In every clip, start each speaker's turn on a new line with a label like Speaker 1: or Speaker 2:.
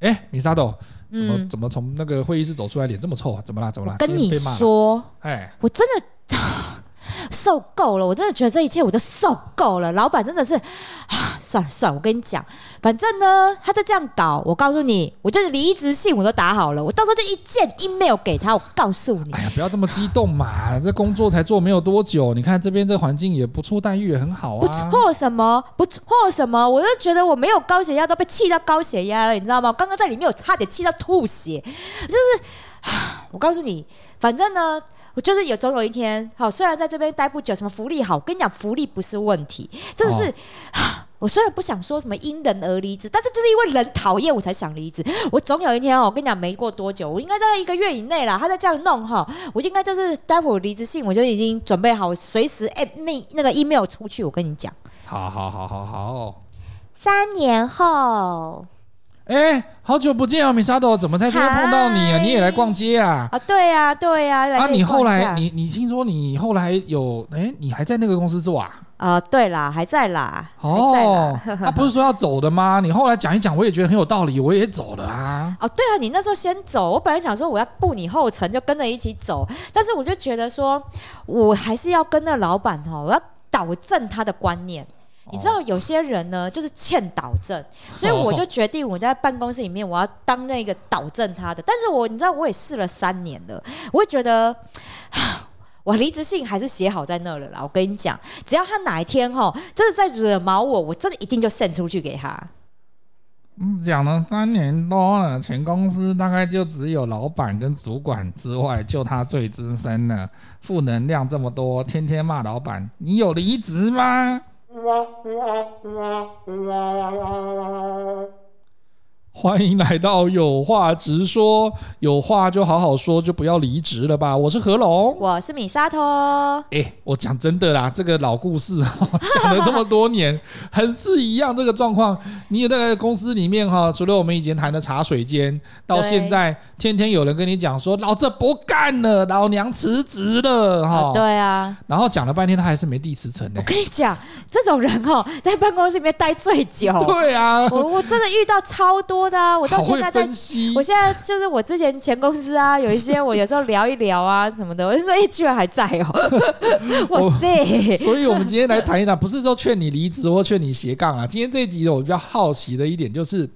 Speaker 1: 哎，米沙豆，怎么、
Speaker 2: 嗯，
Speaker 1: 怎么从那个会议室走出来，脸这么臭啊？怎么啦？怎么啦？
Speaker 2: 跟
Speaker 1: 今
Speaker 2: 你
Speaker 1: 天被骂了，
Speaker 2: 说，
Speaker 1: 哎，
Speaker 2: 我真的受够了，我真的觉得这一切我都受够了。老板真的是，啊算了算了，我跟你讲，反正呢，他再这样搞，我告诉你，我就是离职信我都打好了，我到时候就一件 email 给他，我告诉你
Speaker 1: 哎，呀，不要这么激动嘛！这工作才做没有多久，你看这边这环境也不错，待遇也很好啊。
Speaker 2: 不错什么，不错什么，我就觉得我没有高血压都被气到高血压了，你知道吗？我刚刚在里面我差点气到吐血，就是，啊我告诉你，反正呢。我就是有总有一天，好，虽然在这边待不久，什么福利好，我跟你讲，福利不是问题，真的是、
Speaker 1: 哦
Speaker 2: 啊我虽然不想说什么因人而离职，但是就是因为人讨厌我才想离职。我总有一天哦，我跟你讲，没过多久，我应该在一个月以内啦，他再这样弄哈，我应该就是待会儿离职信我就已经准备好，我随时哎那那个 email 出去，我跟你讲。
Speaker 1: 好好好好好。
Speaker 2: 三年后
Speaker 1: 哎，好久不见啊，米沙豆，怎么在这边碰到你啊？
Speaker 2: 嗨
Speaker 1: 你也来逛街啊？
Speaker 2: 啊，对呀、啊，对呀、来
Speaker 1: 啊，
Speaker 2: 可以
Speaker 1: 你后
Speaker 2: 逛一
Speaker 1: 来
Speaker 2: 下
Speaker 1: 你你听说你后来有哎，你还在那个公司做啊？
Speaker 2: 啊、对啦，还在啦，还在
Speaker 1: 哦
Speaker 2: 啦。，
Speaker 1: 他、不是说要走的吗？你后来讲一讲，我也觉得很有道理，我也走了啊。
Speaker 2: 哦，对啊，你那时候先走，我本来想说我要步你后尘，就跟着一起走，但是我就觉得说，我还是要跟那老板哦，我要导正他的观念。
Speaker 1: 哦
Speaker 2: 你知道有些人呢，就是欠导正，所以我就决定我在办公室里面，我要当那个导正他的。但是我你知道，我也试了三年了，我会觉得。 我离职信还是写好在那了啦，我跟你讲，只要他哪一天哈，真的在惹毛我，我真的一定就 send 出去给他。
Speaker 1: 嗯，讲了三年多了，全公司大概就只有老板跟主管之外，就他最资深了，负能量这么多，天天骂老板，你有离职吗？欢迎来到有话直说，有话就好好说，就不要离职了吧。我是何龙，
Speaker 2: 我是米沙头，
Speaker 1: 哎、我讲真的啦，这个老故事 哈、讲了这么多年， 很是一样这个状况。你也在公司里面哈、除了我们以前谈的茶水间，到
Speaker 2: 对
Speaker 1: 现在天天有人跟你讲说，老子不干了，老娘辞职了哈、
Speaker 2: 啊，对啊，
Speaker 1: 然后讲了半天，他还是没地辞呈呢
Speaker 2: 我。跟你讲，这种人哦，在办公室里面待最久，
Speaker 1: 对啊，
Speaker 2: 我我真的遇到超多的、啊，我到
Speaker 1: 好
Speaker 2: 现
Speaker 1: 会
Speaker 2: 在在
Speaker 1: 分。析
Speaker 2: 我。现在就是我之前前公司啊，有一些我有时候聊一聊啊什么的，我就说哎、居然还在 哦，哇塞！
Speaker 1: 所以，我们今天来谈一谈，不是说劝你离职或劝你斜杠啊。今天这一集，我比较好奇的一点就是，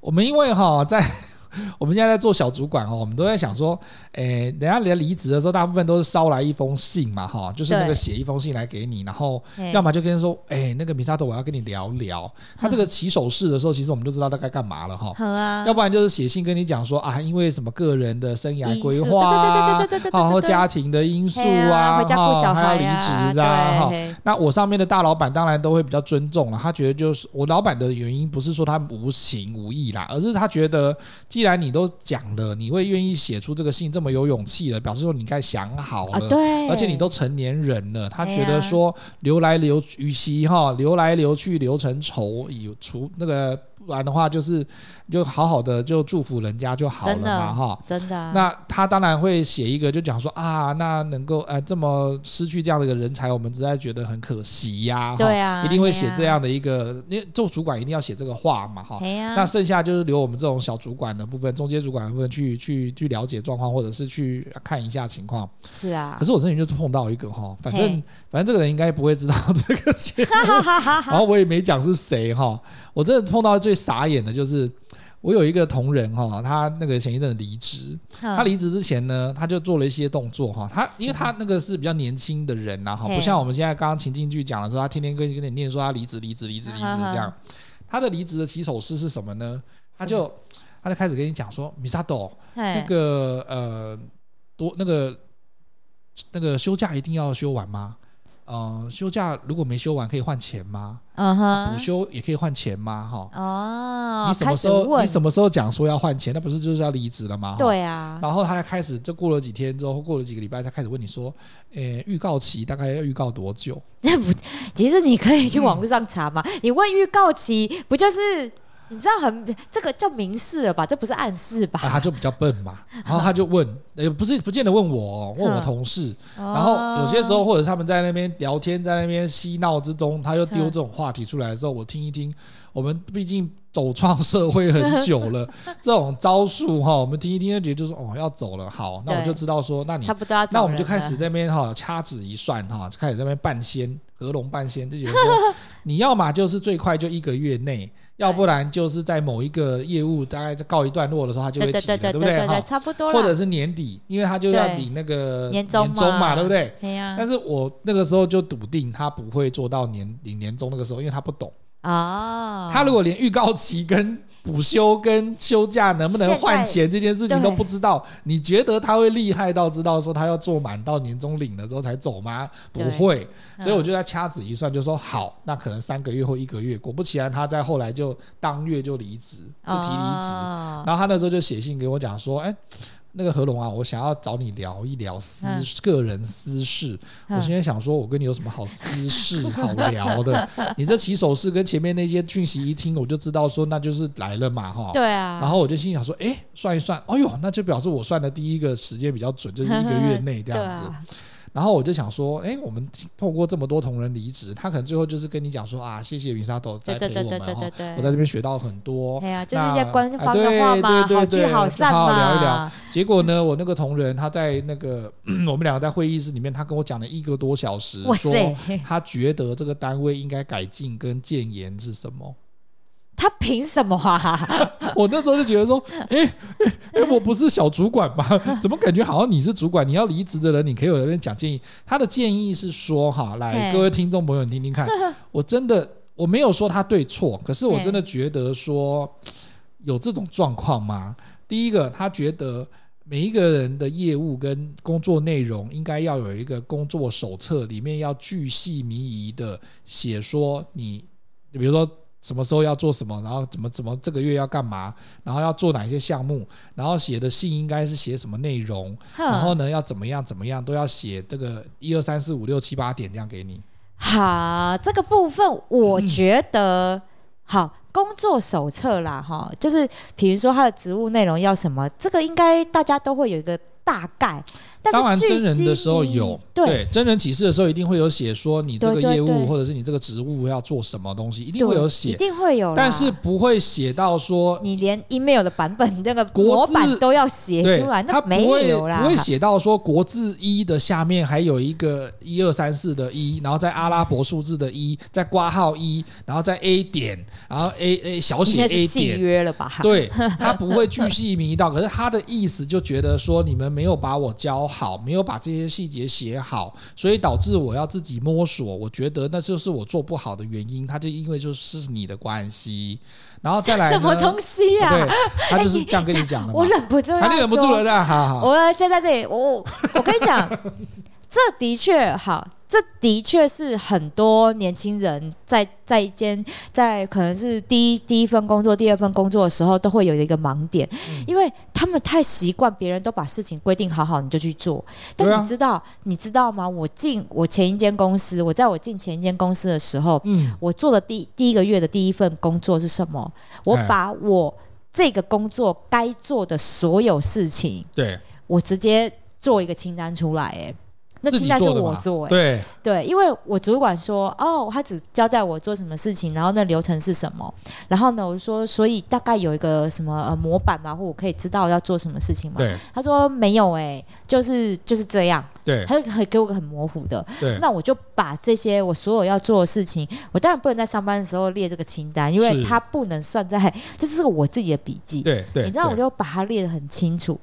Speaker 1: 我们因为哈，在 我们现在在做小主管哦，我们都在想说，诶、人家人离职的时候，大部分都是捎来一封信嘛，哈，就是那个
Speaker 2: 对
Speaker 1: 写一封信来给你，然后
Speaker 2: 嘿
Speaker 1: 要么就跟人说，诶、那个米沙豆，我要跟你聊聊。他这个起手式的时候，其实我们就知道大概干嘛了哈。
Speaker 2: 好啊
Speaker 1: 要，不然就是写信跟你讲说啊，因为什么个人的生涯
Speaker 2: 因
Speaker 1: 规
Speaker 2: 素
Speaker 1: 划啊，
Speaker 2: 对对对对对对对对
Speaker 1: 然后
Speaker 2: 对
Speaker 1: 家庭的因素
Speaker 2: 嘿啊，回家顾
Speaker 1: 哈
Speaker 2: 小
Speaker 1: 还
Speaker 2: 孩
Speaker 1: 有离
Speaker 2: 啊，
Speaker 1: 职啊，哈。
Speaker 2: 对，
Speaker 1: 那我上面的大老板当然都会比较尊重了，他觉得就是我老板的原因不是说他无情无义啦，而是他觉得既然你都讲了，你会愿意写出这个信这么有勇气了，表示说你该想好
Speaker 2: 啊
Speaker 1: 了。
Speaker 2: 对，
Speaker 1: 而且你都成年人了，他
Speaker 2: 哎
Speaker 1: 觉得
Speaker 2: 呀
Speaker 1: 说流来流与其哈流来流去流成仇，以除那个不然的话就是就好好的就祝福人家就好了
Speaker 2: 真
Speaker 1: 嘛
Speaker 2: 的
Speaker 1: 哈。
Speaker 2: 真的啊，
Speaker 1: 那他当然会写一个，就讲说啊，那能够呃这么失去这样的一个人才，我们实在觉得很可惜呀、哈
Speaker 2: 对啊
Speaker 1: 一定会
Speaker 2: 对
Speaker 1: 写
Speaker 2: 啊
Speaker 1: 这样的一个，因为做主管一定要写这个话嘛哈。
Speaker 2: 哎呀，
Speaker 1: 那剩下就是留我们这种小主管的部分、中间主管的部分去去去了解状况，或者是去看一下情况。
Speaker 2: 是啊
Speaker 1: 可，是我之前就是碰到一个哈，反正
Speaker 2: 嘿
Speaker 1: 反正这个人应该不会知道这个节目，然后我也没讲是谁哈。我真的碰到最傻眼的就是，我有一个同仁哈，他那个前一阵离职， 他
Speaker 2: 他
Speaker 1: 离职之前呢，他就做了一些动作哈。他因为他那个是比较年轻的人呐、哈，
Speaker 2: 嘿
Speaker 1: 不像我们现在刚刚情境剧讲的时候，他天天跟跟你念说他离职、离职、离职、离职这样。他的离职的起手式是什么呢？他就他就开始跟你讲说，米沙斗，那
Speaker 2: 那
Speaker 1: 个呃，多那个那个休假一定要休完吗？呃，休假如果没休完可以换钱吗？
Speaker 2: 嗯
Speaker 1: 补
Speaker 2: 哼，
Speaker 1: 休也可以换钱吗？哈、
Speaker 2: 哦，
Speaker 1: 你什么
Speaker 2: 开始
Speaker 1: 时候
Speaker 2: 问
Speaker 1: 你什么时候讲说要换钱？那不是就是要离职了吗？哈。
Speaker 2: 对啊，
Speaker 1: 然后他才开始，就过了几天之后，过了几个礼拜，他开始问你说，诶，预告期大概要预告多久？嗯
Speaker 2: 其实你可以去网络上查嘛，你问预告期不就是你知道很这个叫明示了吧？这不是暗示 吧？
Speaker 1: 啊，他就比较笨嘛，然后他就问，也不是不见得问我、哦，问我
Speaker 2: 嗯
Speaker 1: 同事，然后
Speaker 2: 哦
Speaker 1: 有些时候，或者他们在那边聊天，在那边嬉闹之中，他又丢这种话题出来的时候，我听一听。我们毕竟走创社会很久 了，这种招数哈，我们听一听就觉得就是哦要走了，好，那我
Speaker 2: 对
Speaker 1: 就知道说，那
Speaker 2: 哦
Speaker 1: 你
Speaker 2: 差不多要走
Speaker 1: 那我们就
Speaker 2: 人
Speaker 1: 开
Speaker 2: 了
Speaker 1: 始在那边哈掐指一算哈，就开始在那边半仙合龙半仙，就觉得说你要嘛就是最快就一个月内，要不然就是在某一个业务大概在告一段落的时候，他就
Speaker 2: 对
Speaker 1: 会
Speaker 2: 对
Speaker 1: 提
Speaker 2: 对
Speaker 1: 了，
Speaker 2: 对
Speaker 1: 不
Speaker 2: 对
Speaker 1: 对
Speaker 2: 对，
Speaker 1: 哈？
Speaker 2: 差不多了。
Speaker 1: 或者是年底，因为他就要
Speaker 2: 对
Speaker 1: 领那个
Speaker 2: 年终嘛
Speaker 1: 嘛，对不对？
Speaker 2: 哎呀
Speaker 1: 但是我那个时候就笃定他不会做到年领年终那个时候，因为他不懂。
Speaker 2: 啊，
Speaker 1: 他如果连预告期跟补休跟休假能不能换钱这件事情都不知道，你觉得他会厉害到知道说他要做满到年终领了之后才走吗？不会，
Speaker 2: 对嗯
Speaker 1: 所以我就在掐指一算，就说好，那可能三个月或一个月。果不其然，他在后来就当月就离职，不提离职。
Speaker 2: 哦
Speaker 1: 然后他那时候就写信给我讲说，哎、那个何龙啊，我想要找你聊一聊私、
Speaker 2: 嗯
Speaker 1: 个人私事。
Speaker 2: 嗯
Speaker 1: 我现在想说，我跟你有什么好私事好聊的？你这起手式跟前面那些讯息一听，我就知道说那就是来了嘛，哈。
Speaker 2: 对啊，
Speaker 1: 然后我就心想说，哎，算一算，哎呦，那就表示我算的第一个时间比较准，就是一个月内这样子
Speaker 2: 对。啊
Speaker 1: 然后我就想说，哎，我们透过这么多同仁离职，他可能最后就是跟你讲说啊，谢谢云沙斗栽
Speaker 2: 对对
Speaker 1: 培
Speaker 2: 对
Speaker 1: 我
Speaker 2: 对
Speaker 1: 们
Speaker 2: 对
Speaker 1: 哈
Speaker 2: 对，
Speaker 1: 我
Speaker 2: 对，
Speaker 1: 在这边学到很多，
Speaker 2: 哎呀，就是一
Speaker 1: 那
Speaker 2: 些官
Speaker 1: 哎
Speaker 2: 方的话嘛，
Speaker 1: 对对对
Speaker 2: 好聚
Speaker 1: 对
Speaker 2: 好散
Speaker 1: 好
Speaker 2: 嘛，
Speaker 1: 好聊一聊结果呢，我那个同仁他在那个我们两个在会议室里面，他跟我讲了一个多小时，
Speaker 2: 哇
Speaker 1: 说
Speaker 2: 塞，
Speaker 1: 他觉得这个单位应该改进跟建言是什么。
Speaker 2: 他凭什么啊？
Speaker 1: 我那时候就觉得说，哎、哎哎我不是小主管吗？怎么感觉好像你是主管？你要离职的人，你可以有那边讲建议。他的建议是说，哈，来
Speaker 2: 嘿
Speaker 1: 各位听众朋友，你听听看，我真的我没有说他对错，可是我真的觉得说有这种状况吗？第一个，他觉得。每一个人的业务跟工作内容应该要有一个工作手册，里面要巨细靡遗的写说你，比如说什么时候要做什么，然后怎么怎么这个月要干嘛，然后要做哪些项目，然后写的信应该是写什么内容， 然后
Speaker 2: 哼，
Speaker 1: 呢要怎么样怎么样都要写这个一二三四五六七八点这样给你。
Speaker 2: 好，这个部分我
Speaker 1: 嗯
Speaker 2: 觉得好。工作手册啦，哈，就是比如说他的职务内容要什么，这个应该大家都会有一个大概。但是
Speaker 1: 当然
Speaker 2: 巨
Speaker 1: 真人的
Speaker 2: 细
Speaker 1: 时候
Speaker 2: 靡遗
Speaker 1: 有
Speaker 2: 对，
Speaker 1: 真人启事的时候一定会有写说你这
Speaker 2: 对
Speaker 1: 个
Speaker 2: 对
Speaker 1: 业务
Speaker 2: 对
Speaker 1: 或者是你这个职务要做什么东西，一
Speaker 2: 一
Speaker 1: 定会有
Speaker 2: 一
Speaker 1: 写，
Speaker 2: 定会有啦。
Speaker 1: 但是不会写到说
Speaker 2: 你连 email 的版本这个模
Speaker 1: 国字
Speaker 2: 板都要写
Speaker 1: 对，
Speaker 2: 出来，
Speaker 1: 他
Speaker 2: 那
Speaker 1: 不
Speaker 2: 没
Speaker 1: 会
Speaker 2: 有啦
Speaker 1: 不。会写到说国字一的下面还有一个一二三四的一，然后在阿拉伯数字的一，在挂号一，然后在 A 点，然后 A A 小
Speaker 2: 应
Speaker 1: 写
Speaker 2: 该
Speaker 1: A
Speaker 2: 是契
Speaker 1: 点。
Speaker 2: 约了吧？
Speaker 1: 对他不会巨细靡遗到，可是他的意思就觉得说你们没有把我教好，没有把这些细节写好，所以导致我要自己摸索。我觉得那就是我做不好的原因，他就因为就是你的关系，然后再来
Speaker 2: 什么
Speaker 1: 呢
Speaker 2: 东西呀、
Speaker 1: 对，他就是这样跟你讲的嘛
Speaker 2: 我。忍不住，
Speaker 1: 啊，你忍不住了，。那好好，
Speaker 2: 我先在这里，我我我跟你讲，这的确好，这的确是很多年轻人在在一间在可能是第一第一份工作、第二份工作的时候，都会有一个盲点，
Speaker 1: 嗯
Speaker 2: 因为他们太习惯别人都把事情规定好好，你就去做。
Speaker 1: 对啊
Speaker 2: 但你知道，你知道吗？我进我前一间公司，我在我进前一间公司的时候，
Speaker 1: 嗯，
Speaker 2: 我做的第第一个月的第一份工作是什么？我
Speaker 1: 哎
Speaker 2: 把我这个工作该做的所有事情，
Speaker 1: 对，
Speaker 2: 我直接做一个清单出来、哎，那
Speaker 1: 自
Speaker 2: 清
Speaker 1: 己
Speaker 2: 单是
Speaker 1: 做的
Speaker 2: 我
Speaker 1: 嘛，
Speaker 2: 做、哎，
Speaker 1: 对，
Speaker 2: 对，因为我主管说，哦，他只交代我做什么事情，然后那流程是什么，然后呢，我说，所以大概有一个什么、呃、模板嘛，或我可以知道要做什么事情嘛。
Speaker 1: 对，
Speaker 2: 他说没有、哎，就是就是这样，
Speaker 1: 对，
Speaker 2: 他就可以给我个很模糊的，
Speaker 1: 对，
Speaker 2: 那我就把这些我所有要做的事情，我当然不能在上班的时候列这个清单，因为
Speaker 1: 是
Speaker 2: 它不能算在，这是我自己的笔记。
Speaker 1: 对，对，
Speaker 2: 你知道，我
Speaker 1: 对，
Speaker 2: 就把它列得很清楚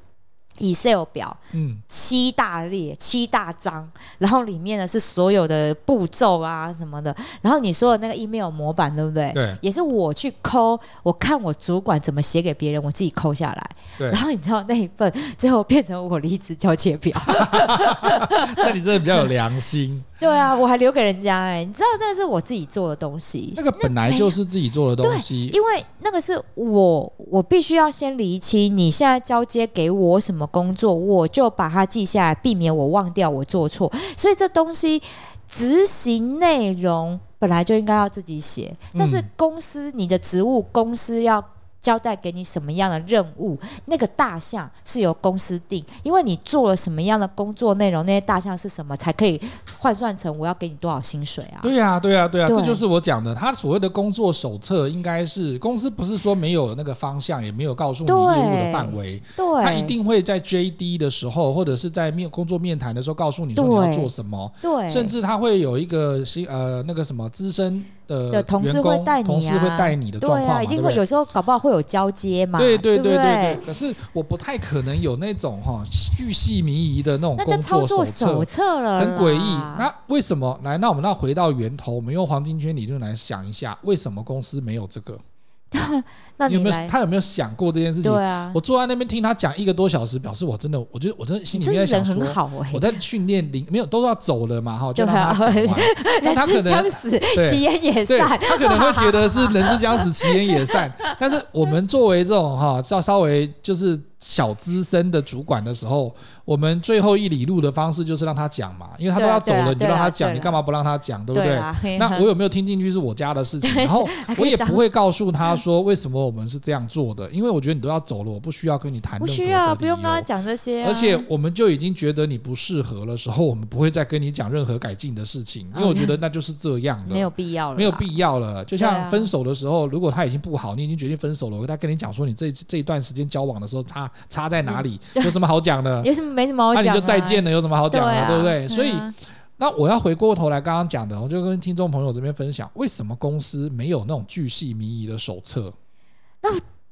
Speaker 2: ，Excel 表
Speaker 1: 嗯，
Speaker 2: 七大列、七大章，然后里面呢是所有的步骤啊什么的，然后你说的那个 email 模板，对不对？
Speaker 1: 对，
Speaker 2: 也是我去抠，我看我主管怎么写给别人，我自己抠下来。
Speaker 1: 对
Speaker 2: 然后你知道那一份最后变成我离职交接 表。
Speaker 1: 那你真的比较有良心。
Speaker 2: 对啊，我还留给人家哎、你知道那是我自己做的东西，
Speaker 1: 那个本来就是自己做的东西，
Speaker 2: 因为那个是我，我必须要先厘清你现在交接给我什么工作，我就把它记下来，避免我忘掉我做错。所以这东西执行内容。本来就应该要自己写，但是
Speaker 1: 嗯
Speaker 2: 公司你的职务，公司要。交代给你什么样的任务，那个大项是由公司定，因为你做了什么样的工作内容，那些大项是什么，才可以换算成我要给你多少薪水啊？
Speaker 1: 对呀、对呀、对呀、
Speaker 2: 对
Speaker 1: 这就是我讲的。他所谓的工作手册，应该是公司不是说没有那个方向，也没有告诉你业
Speaker 2: 对
Speaker 1: 务的范围，
Speaker 2: 对，
Speaker 1: 他一定会在 JD 的时候，或者是在面工作面谈的时候告诉你说你要
Speaker 2: 对
Speaker 1: 做什么，
Speaker 2: 对，
Speaker 1: 甚至他会有一个新呃那个什么资深的
Speaker 2: 的同事
Speaker 1: 员工
Speaker 2: 会带你啊
Speaker 1: 同事会带你的
Speaker 2: 对
Speaker 1: 状况嘛，
Speaker 2: 啊，一定
Speaker 1: 对不
Speaker 2: 会
Speaker 1: 对
Speaker 2: 有时候搞不好会有交接嘛，
Speaker 1: 对
Speaker 2: 对
Speaker 1: 对对
Speaker 2: 不
Speaker 1: 对。可是我不太可能有那种哈巨细靡遗的那种
Speaker 2: 那叫
Speaker 1: 工
Speaker 2: 操
Speaker 1: 作
Speaker 2: 作手
Speaker 1: 册，
Speaker 2: 册了啦，
Speaker 1: 很诡异。那为什么？来，那我们那回到源头，我们用黄金圈理论来想一下，为什么公司没有这个？
Speaker 2: 那
Speaker 1: 你
Speaker 2: 你
Speaker 1: 有没
Speaker 2: 来
Speaker 1: 有他有没有想过这件事情？
Speaker 2: 对啊，
Speaker 1: 我坐在那边听他讲一个多小时，表示我真的，我觉得我真的心
Speaker 2: 你
Speaker 1: 里面
Speaker 2: 真
Speaker 1: 在
Speaker 2: 的
Speaker 1: 想说，
Speaker 2: 人很好哎、
Speaker 1: 我在训练零没有都要走了嘛哈，就
Speaker 2: 对
Speaker 1: 让
Speaker 2: 啊
Speaker 1: 他讲完。那
Speaker 2: 人
Speaker 1: 他可
Speaker 2: 之将
Speaker 1: 能
Speaker 2: 死，
Speaker 1: 对
Speaker 2: 其言也
Speaker 1: 对
Speaker 2: 善。
Speaker 1: 他可能会觉得是人之将死，其言也 善。但是我们作为这种哈稍稍微就是小资深的主管的时候，我们最后一里路的方式就是让他讲嘛，因为他都
Speaker 2: 对啊
Speaker 1: 要走
Speaker 2: 对啊
Speaker 1: 了，你就
Speaker 2: 对啊
Speaker 1: 让他
Speaker 2: 对啊
Speaker 1: 讲，你干嘛不让他讲，对不
Speaker 2: 对
Speaker 1: 对？
Speaker 2: 啊，嘿
Speaker 1: 那
Speaker 2: 呵
Speaker 1: 我有没有听进去是我家的 事情，然后
Speaker 2: 还可以
Speaker 1: 我也
Speaker 2: 当
Speaker 1: 不会告诉他说为什么我们是这样做的，因为我觉得你都要走了，我不需要跟你谈
Speaker 2: 不
Speaker 1: 任何
Speaker 2: 需
Speaker 1: 的
Speaker 2: 要，
Speaker 1: 理
Speaker 2: 不用跟
Speaker 1: 由
Speaker 2: 他讲这些啊、
Speaker 1: 而且我们就已经觉得你不适合的时候，我们不会再跟你讲任何改进的事情，因为我觉得那就是这样了，
Speaker 2: 哦没有必要了，
Speaker 1: 没有必要了。就
Speaker 2: 对
Speaker 1: 像
Speaker 2: 啊
Speaker 1: 分手的时候，如果他已经不好，你已经决定分手了，他跟你讲说你这这一段时间交往的时候差差在哪里，有什么好讲 的？
Speaker 2: 也是没什嗯么好
Speaker 1: 那
Speaker 2: 讲、
Speaker 1: 你
Speaker 2: 啊，
Speaker 1: 就再见了，有什么好
Speaker 2: 对
Speaker 1: 讲
Speaker 2: 啊，
Speaker 1: 的，对不对？所以
Speaker 2: 嗯啊
Speaker 1: 那我要回过头来刚刚讲的，我就跟听众朋友这边分享，为什么公司没有那种巨细靡遗的手册？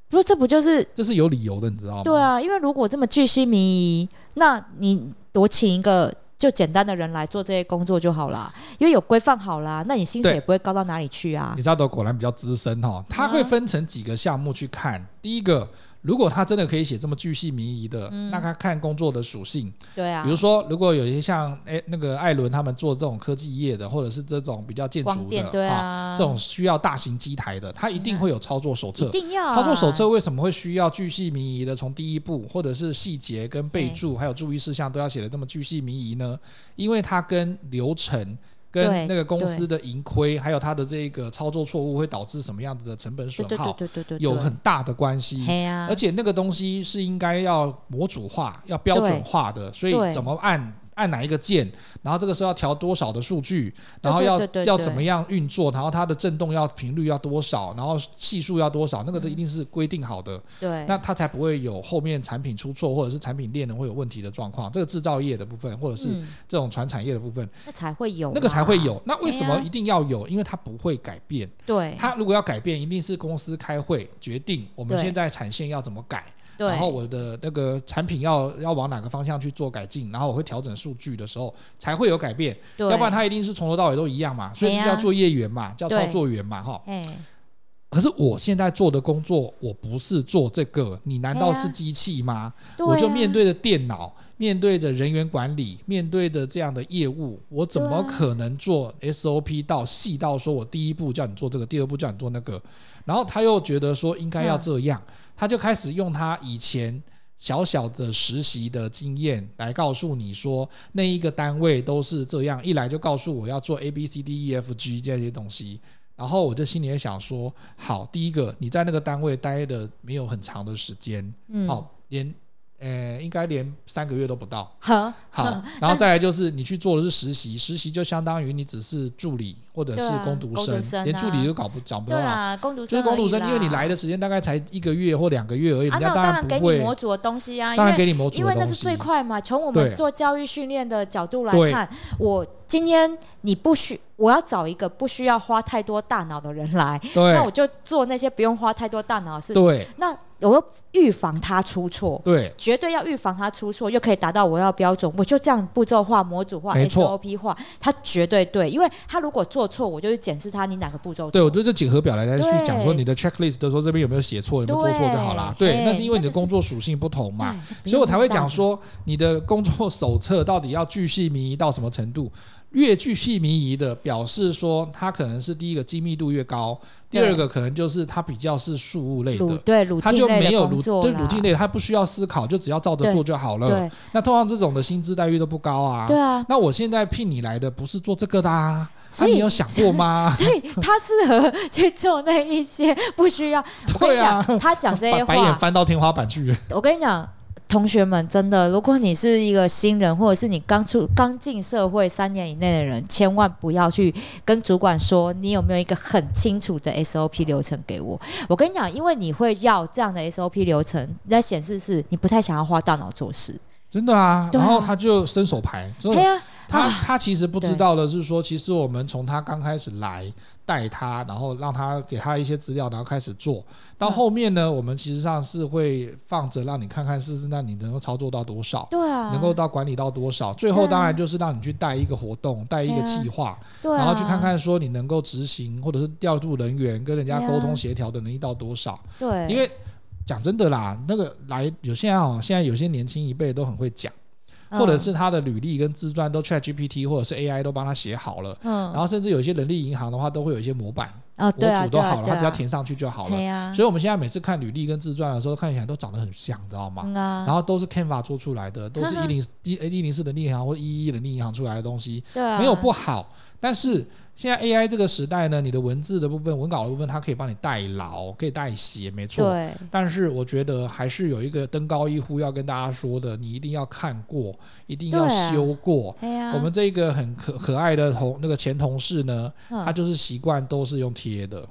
Speaker 2: 不是这不就是
Speaker 1: 这是有理由的，你知道吗？
Speaker 2: 对啊？因为如果这么巨细靡遗，那你我请一个。就简单的人来做这些工作就好啦，因为有规范好啦，那你薪水
Speaker 1: 对
Speaker 2: 也不会高到哪里去啊
Speaker 1: 你。知道的，果然比较资深哈、哦，他会分成几个项目去看。第一个，如果他真的可以写这么巨细靡遗的，
Speaker 2: 嗯
Speaker 1: 那他看工作的属性，
Speaker 2: 对啊，
Speaker 1: 比如说，如果有一些像诶那个艾伦他们做这种科技业的，或者是这种比较建
Speaker 2: 光
Speaker 1: 筑
Speaker 2: 电
Speaker 1: 的
Speaker 2: 对
Speaker 1: 哦
Speaker 2: 啊，嗯
Speaker 1: 这种需要大型机台的，他一定会有操作手册
Speaker 2: 一。定要、啊、
Speaker 1: 操作手册为什么会需要巨细靡遗的？从第一步，或者是细节跟备注，还有注意事项都要写的这么巨细靡遗呢？因为它跟流程、
Speaker 2: 对
Speaker 1: 跟那个公司的盈亏，还有它的这个操作错误会导致什么样子的成本
Speaker 2: 对
Speaker 1: 损
Speaker 2: 对对
Speaker 1: 耗，
Speaker 2: 对对对，
Speaker 1: 有很大的关系。
Speaker 2: 黑啊
Speaker 1: 而，且那个东西是应该要模组化、要标准化的，所以
Speaker 2: 对
Speaker 1: 怎么按？按哪一个键，然后这个时候要调多少的数据，
Speaker 2: 对
Speaker 1: 然后要
Speaker 2: 对对对
Speaker 1: 要
Speaker 2: 对
Speaker 1: 怎么样运作，然后它的震动要频率要多少，然后系数要多少，那个都一定是规定好的。
Speaker 2: 嗯对，
Speaker 1: 那它才不会有后面产品出错，或者是产品链人会有问题的状况。这个制造业的部分，或者是
Speaker 2: 嗯
Speaker 1: 这种传产业的部分，
Speaker 2: 那才会有、
Speaker 1: 那个才会。有。那为什么
Speaker 2: 哎呀
Speaker 1: 一定要有？因为它不会改变。
Speaker 2: 对，
Speaker 1: 它如果要改变，一定是公司开会决定我们
Speaker 2: 对
Speaker 1: 现在产线要怎么改，
Speaker 2: 对，
Speaker 1: 然后我的那个产品要要往哪个方向去做改进，然后我会调整数据的时候才会有改变。
Speaker 2: 对，
Speaker 1: 要不然它一定是从头到尾都一样嘛，所以
Speaker 2: 哎
Speaker 1: 就
Speaker 2: 呀
Speaker 1: 叫作业员嘛，叫操
Speaker 2: 对
Speaker 1: 作员嘛，哈。
Speaker 2: 哎，
Speaker 1: 可是我现在做的工作，我不是做这个，你难道
Speaker 2: 哎呀
Speaker 1: 是机器吗？
Speaker 2: 对啊
Speaker 1: 我就面对着电脑，面对着人员管理，面对着这样的业务，我怎么
Speaker 2: 对啊
Speaker 1: 可能做 SOP 到细到说我第一步叫你做这个，第二步叫你做那个？然后他又觉得说应
Speaker 2: 嗯
Speaker 1: 该要这样，他就开始用他以前。小小的实习的经验来告诉你说，那一个单位都是这样，一来就告诉我要做 A B C D E F G 这些东西，然后我就心里也想说，好，第一个你在那个单位待的没有很长的时间，
Speaker 2: 嗯，
Speaker 1: 好、连呃，应该连三个月都不 到。
Speaker 2: 呵，
Speaker 1: 好，然后再来就是你去做的是实习，实习就相当于你只是助理或者是
Speaker 2: 对啊
Speaker 1: 工读
Speaker 2: 工
Speaker 1: 生，
Speaker 2: 读生
Speaker 1: 连
Speaker 2: 啊
Speaker 1: 助理都搞不找不
Speaker 2: 对
Speaker 1: 到。
Speaker 2: 啦，工读
Speaker 1: 就
Speaker 2: 生
Speaker 1: 是工读
Speaker 2: 而已
Speaker 1: 生，
Speaker 2: 啦
Speaker 1: 因为你来的时间大概才一个月或两个月而已，
Speaker 2: 啊，
Speaker 1: 人
Speaker 2: 那
Speaker 1: 家
Speaker 2: 我当然
Speaker 1: 然不
Speaker 2: 给你
Speaker 1: 会，
Speaker 2: 模组的东西啊，因
Speaker 1: 当然给
Speaker 2: 为
Speaker 1: 你模组的
Speaker 2: 因为那是
Speaker 1: 东西
Speaker 2: 最快嘛。从我
Speaker 1: 对
Speaker 2: 们做教育训练的角度来
Speaker 1: 对
Speaker 2: 看，我今天你不需，我要找一个不需要花太多大脑的人来，那我
Speaker 1: 对
Speaker 2: 就做那些不用花太多大脑的事情。
Speaker 1: 对
Speaker 2: 那我要预防他出错，
Speaker 1: 对，
Speaker 2: 绝对要预防他出错，又可以达到我要标准，我就这样步骤化、模组化、
Speaker 1: 没错
Speaker 2: SOP 化，他绝对对，因为他如果做错，我就去检视他你哪个步骤
Speaker 1: 对，
Speaker 2: 错
Speaker 1: 我觉得这几何表来来去
Speaker 2: 对
Speaker 1: 讲说你的 checklist 的时候，这边有没有写错，有没有做
Speaker 2: 对
Speaker 1: 错就好啦。对，
Speaker 2: 嘿
Speaker 1: 那是因为你
Speaker 2: 那
Speaker 1: 的
Speaker 2: 个是
Speaker 1: 工作属性不同嘛，
Speaker 2: 对
Speaker 1: 所以我才会讲说你的工作手册到底要巨细靡遗到什么程度。越具细迷疑的表示说，它可能是第一个精密度越高，第
Speaker 2: 对
Speaker 1: 二个可能就是它比较是事务类
Speaker 2: 乳
Speaker 1: 哎的，
Speaker 2: 对乳
Speaker 1: 它
Speaker 2: 听
Speaker 1: 就
Speaker 2: 类
Speaker 1: 没
Speaker 2: 的
Speaker 1: 有
Speaker 2: 工
Speaker 1: 乳
Speaker 2: 作
Speaker 1: 对
Speaker 2: 啦
Speaker 1: 乳听类的，它不需要思考，就只要照着
Speaker 2: 对
Speaker 1: 做就好了。
Speaker 2: 对
Speaker 1: 那通常这种的薪资待遇都不高啊。
Speaker 2: 对啊，
Speaker 1: 那我现在聘你来的不是做这个的啊，
Speaker 2: 所
Speaker 1: 啊、
Speaker 2: 以
Speaker 1: 你有想过吗？
Speaker 2: 所以他适合去做那一些不需要。 我跟你
Speaker 1: 对啊
Speaker 2: 讲，他讲这些
Speaker 1: 把白眼
Speaker 2: 话，
Speaker 1: 翻到天花板去。
Speaker 2: 我跟你讲，同学们真的，如果你是一个新人，或者是你刚出刚进社会三年以内的人，千万不要去跟主管说你有没有一个很清楚的 SOP 流程给我。我跟你讲，因为你会要这样的 SOP 流程，那显示是你不太想要花大脑做事。
Speaker 1: 真的啊，
Speaker 2: 对啊
Speaker 1: 然后他就伸手牌，所以
Speaker 2: 对呀、啊，
Speaker 1: 他
Speaker 2: 啊
Speaker 1: 他其实不知道的是说，其实我们从他刚开始来带他，然后让他给他一些资料，然后开始做到后面呢，我们其实上是会放着让你看看试试，那你能够操作到多少。
Speaker 2: 对啊，
Speaker 1: 能够到管理到多少？最
Speaker 2: 对
Speaker 1: 后
Speaker 2: 啊
Speaker 1: 当然就是让你去带一个活动，带一
Speaker 2: 对
Speaker 1: 个
Speaker 2: 啊
Speaker 1: 计划，
Speaker 2: 对啊，
Speaker 1: 然后去看看说你能够执行，或者是调度人员跟人家
Speaker 2: 对啊
Speaker 1: 沟通协调的能力到多少。
Speaker 2: 对，
Speaker 1: 因为讲真的啦，那个来有些哦，现在有些年轻一辈都很会讲，
Speaker 2: 嗯
Speaker 1: 或者是他的履历跟自传都 Chat GPT 或者是 AI 都帮他写好了。
Speaker 2: 嗯
Speaker 1: 然后甚至有些人力银行的话，都会有一些模板，
Speaker 2: 啊，对啊，
Speaker 1: 模组都
Speaker 2: 对啊
Speaker 1: 好了，
Speaker 2: 对啊
Speaker 1: 他只要填上去就好
Speaker 2: 对
Speaker 1: 了。
Speaker 2: 啊，
Speaker 1: 所以我们现在每次看履历跟自传的时候，看起来都长得很像，知道吗？
Speaker 2: 嗯啊，
Speaker 1: 然后都是 Canva 做出来的，都是一零一一零四的逆行或一一的逆行出来的东西，
Speaker 2: 对啊，
Speaker 1: 没有不好。但是现在 AI 这个时代呢，你的文字的部分、文稿的部分，它可以帮你代劳，可以代写，没错。
Speaker 2: 对，
Speaker 1: 但是我觉得还是有一个登高一呼要跟大家说的，你一定要看过，一定要
Speaker 2: 对啊
Speaker 1: 修过。
Speaker 2: 哎呀，
Speaker 1: 我们这个很可可爱的同那个前同事呢，
Speaker 2: 嗯
Speaker 1: 他就是习惯都是用贴的，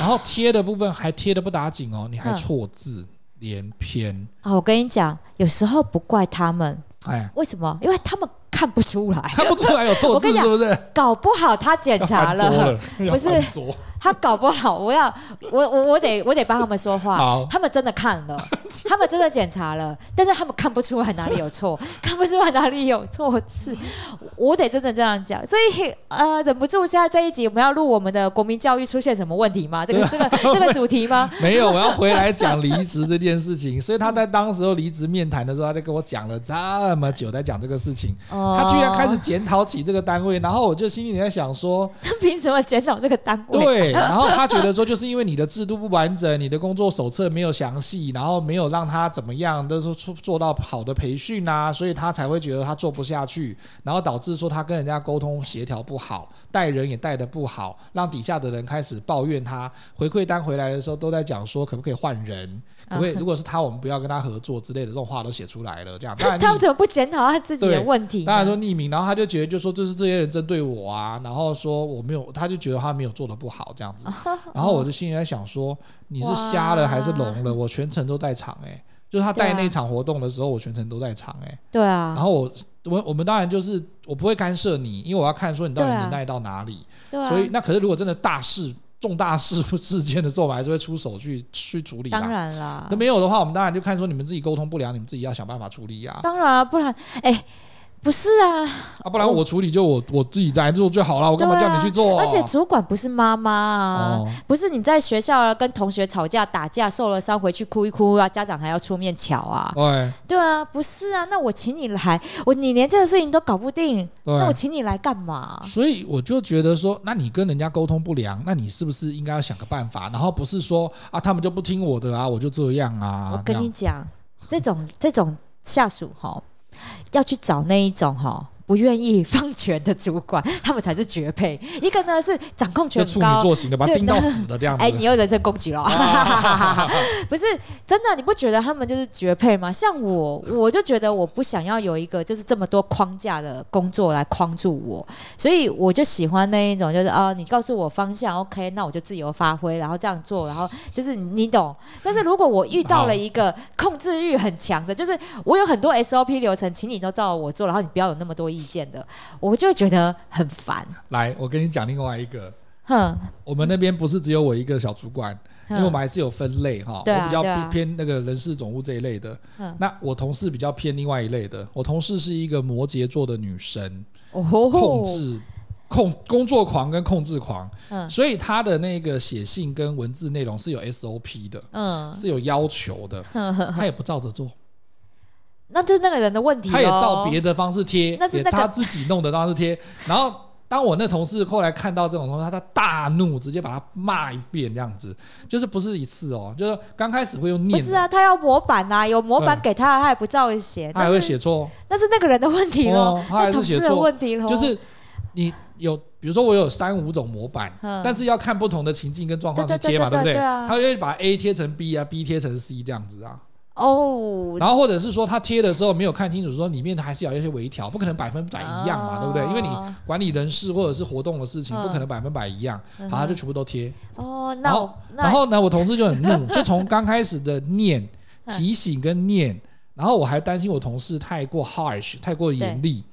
Speaker 1: 然后贴的部分还贴的不打紧哦，你还
Speaker 2: 嗯
Speaker 1: 错字连篇，
Speaker 2: 啊，我跟你讲，有时候不怪他们，
Speaker 1: 哎，
Speaker 2: 为什么？因为他们看不出来，
Speaker 1: 看不出来有错
Speaker 2: 哎我
Speaker 1: 字
Speaker 2: 跟你
Speaker 1: 是
Speaker 2: 讲
Speaker 1: 不 是？
Speaker 2: 搞不好他检
Speaker 1: 要
Speaker 2: 查
Speaker 1: 翻桌
Speaker 2: 了，
Speaker 1: 了，要
Speaker 2: 不是
Speaker 1: 翻桌
Speaker 2: 他搞不好我要我我我得我得帮他们说话
Speaker 1: 好，
Speaker 2: 他们真的看 了，他们真的检查了，但是他们看不出来哪里 有错，看不出来哪里有错字，我得真的这样讲，所以呃，忍不住现在这一集我们要录我们的国民教育出现什么问题吗？这个这
Speaker 1: 啊
Speaker 2: 个这个主题吗？
Speaker 1: 没有，我要回来讲离职这件事情。所以他在当时候离职面谈的时候，他就跟我讲了这么久，在讲这个事情。
Speaker 2: 哦
Speaker 1: 他居然开始检讨起这个单位，然后我就心里在想 说，
Speaker 2: 他凭什么检讨这个单位？
Speaker 1: 对，然后他觉得说，就是因为你的制度不完整，你的工作手册没有详细，然后没有让他怎么样，都说做做到好的培训啊，所以他才会觉得他做不下去，然后导致说他跟人家沟通协调不好，带人也带的不好，让底下的人开始抱怨他。回馈单回来的时候都在讲说，可不可以换人，可不可以？如果是他，我们不要跟他合作之类的，这种话都写出来 了，这样。当然
Speaker 2: 他
Speaker 1: 啊
Speaker 2: 们
Speaker 1: 你
Speaker 2: 怎么不检讨他自己的问题呢？
Speaker 1: 当然说匿名，然后他就觉得就说这是这些人针对我啊，然后说我没有，他就觉得他没有做的不好这样子。
Speaker 2: 哦
Speaker 1: 然后我就心里在想说，你是瞎了还是聋了？我全程都在场哎、就是他带
Speaker 2: 对啊
Speaker 1: 那场活动的时候，我全程都在场哎、
Speaker 2: 对啊，
Speaker 1: 然后我我我们当然就是我不会干涉你，因为我要看说你到底
Speaker 2: 对啊
Speaker 1: 能耐到哪里。
Speaker 2: 对啊，
Speaker 1: 所以那可是如果真的大事重大事事件的时候，我们还是会出手去去处理
Speaker 2: 当
Speaker 1: 啦。
Speaker 2: 然啦，
Speaker 1: 那没有的话，我们当然就看说你们自己沟通不良，你们自己要想办法处理呀、啊。
Speaker 2: 当然啊，不然哎、不是啊，
Speaker 1: 啊，不然我处理就我我自己来做最好了，我干嘛
Speaker 2: 对啊
Speaker 1: 叫你去做？
Speaker 2: 而且主管不是妈妈啊。
Speaker 1: 哦，
Speaker 2: 不是你在学校跟同学吵架、打架受了伤，回去哭一哭啊，家长还要出面瞧啊，
Speaker 1: 对
Speaker 2: 对啊，不是啊，那我请你来，我你连这个事情都搞不定，那我啊
Speaker 1: 对。
Speaker 2: 请你来干嘛？
Speaker 1: 所以我就觉得说，那你跟人家沟通不良，那你是不是应该要想个办法？然后不是说啊，他们就不听我的啊，我就这样啊。
Speaker 2: 我跟
Speaker 1: 这
Speaker 2: 你
Speaker 1: 样
Speaker 2: 讲，这种这种下属哈，要去找那一种哈不愿意放权的主管，他们才是绝配。一个呢是掌控权
Speaker 1: 就
Speaker 2: 很
Speaker 1: 处女
Speaker 2: 高，
Speaker 1: 座型的，把他
Speaker 2: 对
Speaker 1: 盯到
Speaker 2: 那
Speaker 1: 死的这样子。
Speaker 2: 哎，你又人身攻 击了， 不是真的？你不觉得他们就是绝配吗？像我，我就觉得我不想要有一个就是这么多框架的工作来框住我，所以我就喜欢那一种，就是啊、你告诉我方向，OK，那我就自由发挥，然后这样做，然后就是你懂。但是如果我遇到了一个控制欲很强的，就是我有很多 SOP 流程，请你都照我做，然后你不要有那么多意见的，我就会觉得很烦。
Speaker 1: 来，我跟你讲另外一个，
Speaker 2: 哼，
Speaker 1: 我们那边不是只有我一个小主管，因为我们还是有分类哈。
Speaker 2: 嗯对啊
Speaker 1: 我比较
Speaker 2: 对啊
Speaker 1: 偏那个人事总务这一类的
Speaker 2: 嗯，
Speaker 1: 那我同事比较偏另外一类的。我同事是一个摩羯座的女生，
Speaker 2: 哦，
Speaker 1: 控制。控工作狂跟控制狂，
Speaker 2: 嗯
Speaker 1: 所以她的那个写信跟文字内容是有 SOP 的，
Speaker 2: 嗯，
Speaker 1: 是有要求的，他也不照着做。
Speaker 2: 那就是那个人的问题咯。
Speaker 1: 他也照别的方式贴，
Speaker 2: 嗯哦那是
Speaker 1: 也
Speaker 2: 那个
Speaker 1: 他自己弄的方式贴。然后，当我那同事后来看到这种东西，他他大怒，直接把他骂一遍，这样子，就是不是一次哦，就是刚开始会用
Speaker 2: 不
Speaker 1: 念的，
Speaker 2: 是啊，他要模板啊，有模板
Speaker 1: 嗯
Speaker 2: 给他，他也不照着写，
Speaker 1: 他还
Speaker 2: 那
Speaker 1: 会
Speaker 2: 是
Speaker 1: 写错，
Speaker 2: 那是那个人的问题咯
Speaker 1: 哦，他还
Speaker 2: 那
Speaker 1: 是
Speaker 2: 同
Speaker 1: 写
Speaker 2: 事的
Speaker 1: 错
Speaker 2: 问题咯，
Speaker 1: 就是你有，比如说我有三五种模板，
Speaker 2: 嗯
Speaker 1: 但是要看不同的情境跟状况去
Speaker 2: 对对
Speaker 1: 贴嘛，
Speaker 2: 对
Speaker 1: 不对？
Speaker 2: 对对啊
Speaker 1: 他会把 A 贴成 B 啊，B 贴成 C 这样子啊。
Speaker 2: 哦，
Speaker 1: 然后或者是说他贴的时候没有看清楚，说里面还是要有一些微调，不可能百分百一样嘛，
Speaker 2: 哦
Speaker 1: 对不对？因为你管理人事或者是活动的事情，
Speaker 2: 嗯
Speaker 1: 不可能百分百一样，
Speaker 2: 嗯哼
Speaker 1: 好，他就全部都贴。
Speaker 2: 哦，
Speaker 1: 然
Speaker 2: 那
Speaker 1: 后
Speaker 2: 我，
Speaker 1: 然
Speaker 2: 那
Speaker 1: 后呢，我同事就很 怒，就从刚开始的念
Speaker 2: 嗯
Speaker 1: 提醒跟念，然后我还担心我同事太过 harsh，太过严厉，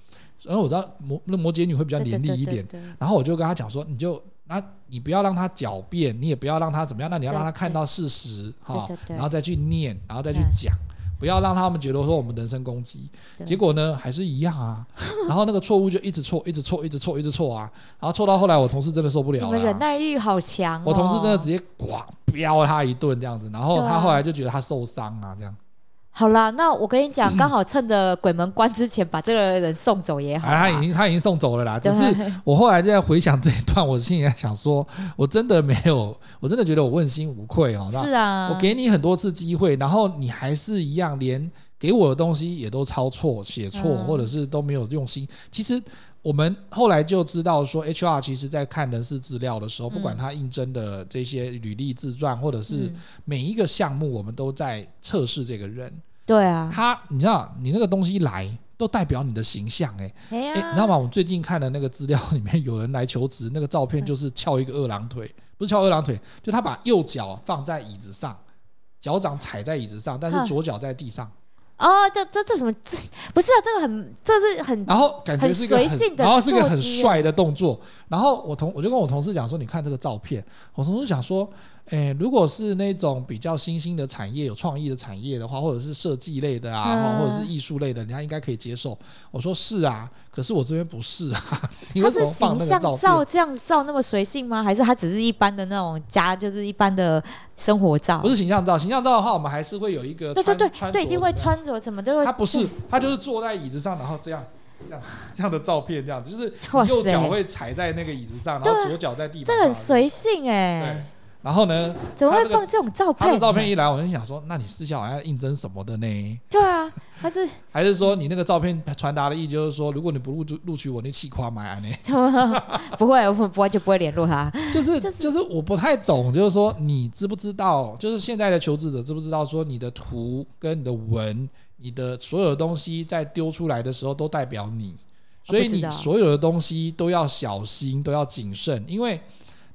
Speaker 1: 然后我知道摩那摩羯女会比较
Speaker 2: 对
Speaker 1: 严厉一，
Speaker 2: 对对
Speaker 1: 点
Speaker 2: 对，对对
Speaker 1: 然后我就跟他讲说，你就那你不要让他狡辩，你也不要让他怎么样，那你要
Speaker 2: 对
Speaker 1: 让他看到事实哈
Speaker 2: 对对，对
Speaker 1: 然后再去念，然后再去
Speaker 2: 对
Speaker 1: 讲，不要让他们觉得说我们人身攻击。
Speaker 2: 对
Speaker 1: 结果呢，还是一样啊，然后那个错误就一直错，一直错，一直错，一直错啊，然后错到后来我同事真的受不了
Speaker 2: 你
Speaker 1: 了
Speaker 2: 们忍
Speaker 1: 啊。
Speaker 2: 耐欲好强哦，
Speaker 1: 我同事真的直接呱飙他一顿这样子，然后
Speaker 2: 对
Speaker 1: 他
Speaker 2: 啊
Speaker 1: 后来就觉得他受伤啊，这样。
Speaker 2: 好啦，那我跟你 讲，刚好趁着鬼门关之前把这个人送走也好
Speaker 1: 啊，他已
Speaker 2: 啦。
Speaker 1: 经他已经送走了啦，只
Speaker 2: 对
Speaker 1: 是我后来在回想这一段，我心里在想说，我真的没有，我真的觉得我问心无愧哦。那
Speaker 2: 是啊，
Speaker 1: 我给你很多次机会，然后你还是一样，连给我的东西也都抄错、写错，
Speaker 2: 嗯
Speaker 1: 或者是都没有用心。其实我们后来就知道说，HR 其实在看人事资料的时
Speaker 2: 嗯
Speaker 1: 候，不管他应征的这些履历、自传，或者是
Speaker 2: 嗯
Speaker 1: 每一个项目，我们都在测试这个人。
Speaker 2: 对啊，
Speaker 1: 他，你知道，你那个东西来。都代表你的形象哎、
Speaker 2: 哎
Speaker 1: 欸
Speaker 2: 呀，
Speaker 1: 你知道吗？我们最近看的那个资料里面，有人来求职，那个照片就是翘一个二郎腿，不是翘二郎腿，就他把右脚放在椅子上，脚掌踩在椅子上，但是
Speaker 2: 哼
Speaker 1: 左脚在地上，
Speaker 2: 哦，这这这什么？这不是啊，这个很，这是很
Speaker 1: 然后感觉
Speaker 2: 很
Speaker 1: 是一个很，
Speaker 2: 随性的
Speaker 1: 然后是一个很
Speaker 2: 坐姿
Speaker 1: 帅的动作。然后我同我就跟我同事讲说，你看这个照片，我同事讲说，诶、如果是那种比较新兴的产业、有创意的产业的话，或者是设计类的啊，
Speaker 2: 嗯
Speaker 1: 或者是艺术类的，人家应该可以接受。我说是啊，可是我这边不是啊， 你
Speaker 2: 他
Speaker 1: 为什
Speaker 2: 是
Speaker 1: 么放
Speaker 2: 形
Speaker 1: 那个
Speaker 2: 象
Speaker 1: 照片
Speaker 2: 照？这样照那么随性吗？还是他只是一般的那种家，就是一般的生活照
Speaker 1: 不？是形象照，形象照的话，我们还是会有一个
Speaker 2: 啊对对
Speaker 1: 穿
Speaker 2: 对
Speaker 1: 穿
Speaker 2: 对，
Speaker 1: 着
Speaker 2: 一定会
Speaker 1: 的
Speaker 2: 穿着什么都会
Speaker 1: 他。不是，他就是坐在椅子上，然后这样这样这样的照片，这样子就是
Speaker 2: 哇
Speaker 1: 右
Speaker 2: 塞
Speaker 1: 脚会踩在那个椅子上，然
Speaker 2: 对啊
Speaker 1: 后左脚在地板上。
Speaker 2: 这很随性
Speaker 1: 对
Speaker 2: 哎、。
Speaker 1: 然后呢，
Speaker 2: 怎么
Speaker 1: 他
Speaker 2: 会
Speaker 1: 这个
Speaker 2: 放这种照
Speaker 1: 他
Speaker 2: 片？
Speaker 1: 的照片一来，我就想说，那你私下好像应征什么的呢？
Speaker 2: 对啊，他是
Speaker 1: 还是说你那个照片传达的意就是说，如果你不录取录取我，你气垮埋啊呢？
Speaker 2: 怎么 不会？我们完全不会联络他。
Speaker 1: 就是
Speaker 2: 就
Speaker 1: 就是是我不太懂，就是说你知不知道，就是现在的求职者知不知道说你的图跟你的文，你的所有的东西在丢出来的时候都代表你，
Speaker 2: 我不
Speaker 1: 所以
Speaker 2: 知
Speaker 1: 你
Speaker 2: 道
Speaker 1: 所有的东西都要小心，都要谨慎，因为。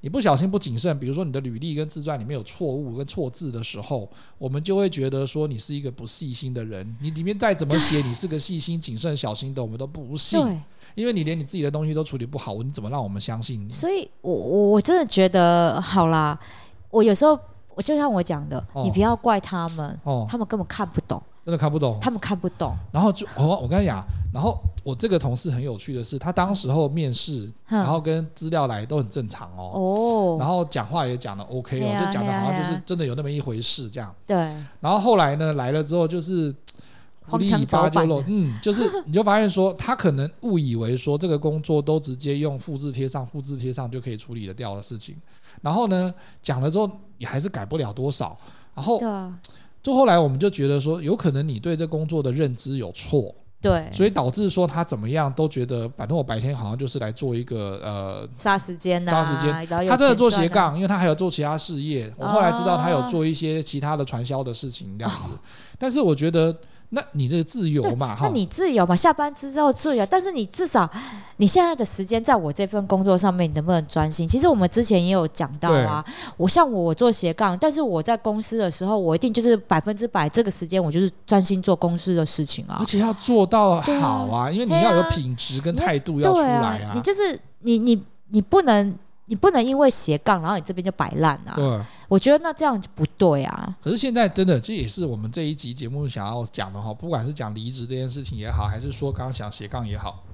Speaker 1: 你不小心不谨慎，比如说你的履历跟自传里面有错误跟错字的时候，我们就会觉得说你是一个不细心的人。你里面再怎么写，你是个细心、谨慎、小心的，我们都不信，
Speaker 2: 对，
Speaker 1: 因为你连你自己的东西都处理不好，你怎么让我们相信 你？
Speaker 2: 所以我我我真的觉得，好啦，我有时候我就像我讲的，
Speaker 1: 哦
Speaker 2: 你不要怪他们，
Speaker 1: 哦，
Speaker 2: 他们根本看不懂，
Speaker 1: 真的看不懂。
Speaker 2: 他们看不懂。
Speaker 1: 然后就哦我我跟你讲，然后我这个同事很有趣的是，他当时候面试，
Speaker 2: 哼
Speaker 1: 然后跟资料来都很正常哦，然
Speaker 2: 嗯哦，
Speaker 1: 后讲话也讲的 OK
Speaker 2: 对
Speaker 1: 哦，
Speaker 2: 啊
Speaker 1: 就讲的好像
Speaker 2: 对
Speaker 1: 就
Speaker 2: 啊
Speaker 1: 是真的有那么一回事这样。
Speaker 2: 对，
Speaker 1: 然后后来呢，来了之后就是。狐
Speaker 2: 荒
Speaker 1: 狸
Speaker 2: 腔
Speaker 1: 尾巴
Speaker 2: 走
Speaker 1: 就
Speaker 2: 板
Speaker 1: 露，嗯，就是你就发现说，他可能误以为说这个工作都直接用复制贴上、复制贴上就可以处理得掉的事情，然后呢，讲了之后也还是改不了多少，然后
Speaker 2: 对啊，
Speaker 1: 就后来我们就觉得说，有可能你对这工作的认知有错，
Speaker 2: 对，
Speaker 1: 所以导致说他怎么样都觉得，反正我白天好像就是来做一个呃，
Speaker 2: 杀时间呐、
Speaker 1: 杀时间
Speaker 2: 然后有
Speaker 1: 他真的
Speaker 2: 钱
Speaker 1: 做
Speaker 2: 赚哦
Speaker 1: 斜
Speaker 2: 啊，
Speaker 1: 杠，因为他还有做其他事业。我后来知道他有做一些其他的传销的事情这样子，但是我觉得，那你这个自由嘛，
Speaker 2: 哦那
Speaker 1: 哈，
Speaker 2: 你自由嘛，下班之后自由，但是你至少你现在的时间在我这份工作上面，你能不能专心？其实我们之前也有讲到啊，我像我我做斜杠，但是我在公司的时候，我一定就是百分之百这个时间，我就是专心做公司的事情啊
Speaker 1: 而。且要做到
Speaker 2: 对啊
Speaker 1: 好啊，因为你
Speaker 2: 对
Speaker 1: 要有
Speaker 2: 啊
Speaker 1: 品质跟
Speaker 2: 你要
Speaker 1: 态度要出
Speaker 2: 对
Speaker 1: 来
Speaker 2: 啊，你
Speaker 1: 啊，
Speaker 2: 就是你你你不能你不能因为斜杠，然后你这边就摆烂啊。
Speaker 1: 对。
Speaker 2: 我觉得那这样就不对啊。
Speaker 1: 可是现在真的，这也是我们这一集节目想要讲的哈，不管是讲离职这件事情也好，还是说刚刚讲斜杠也好，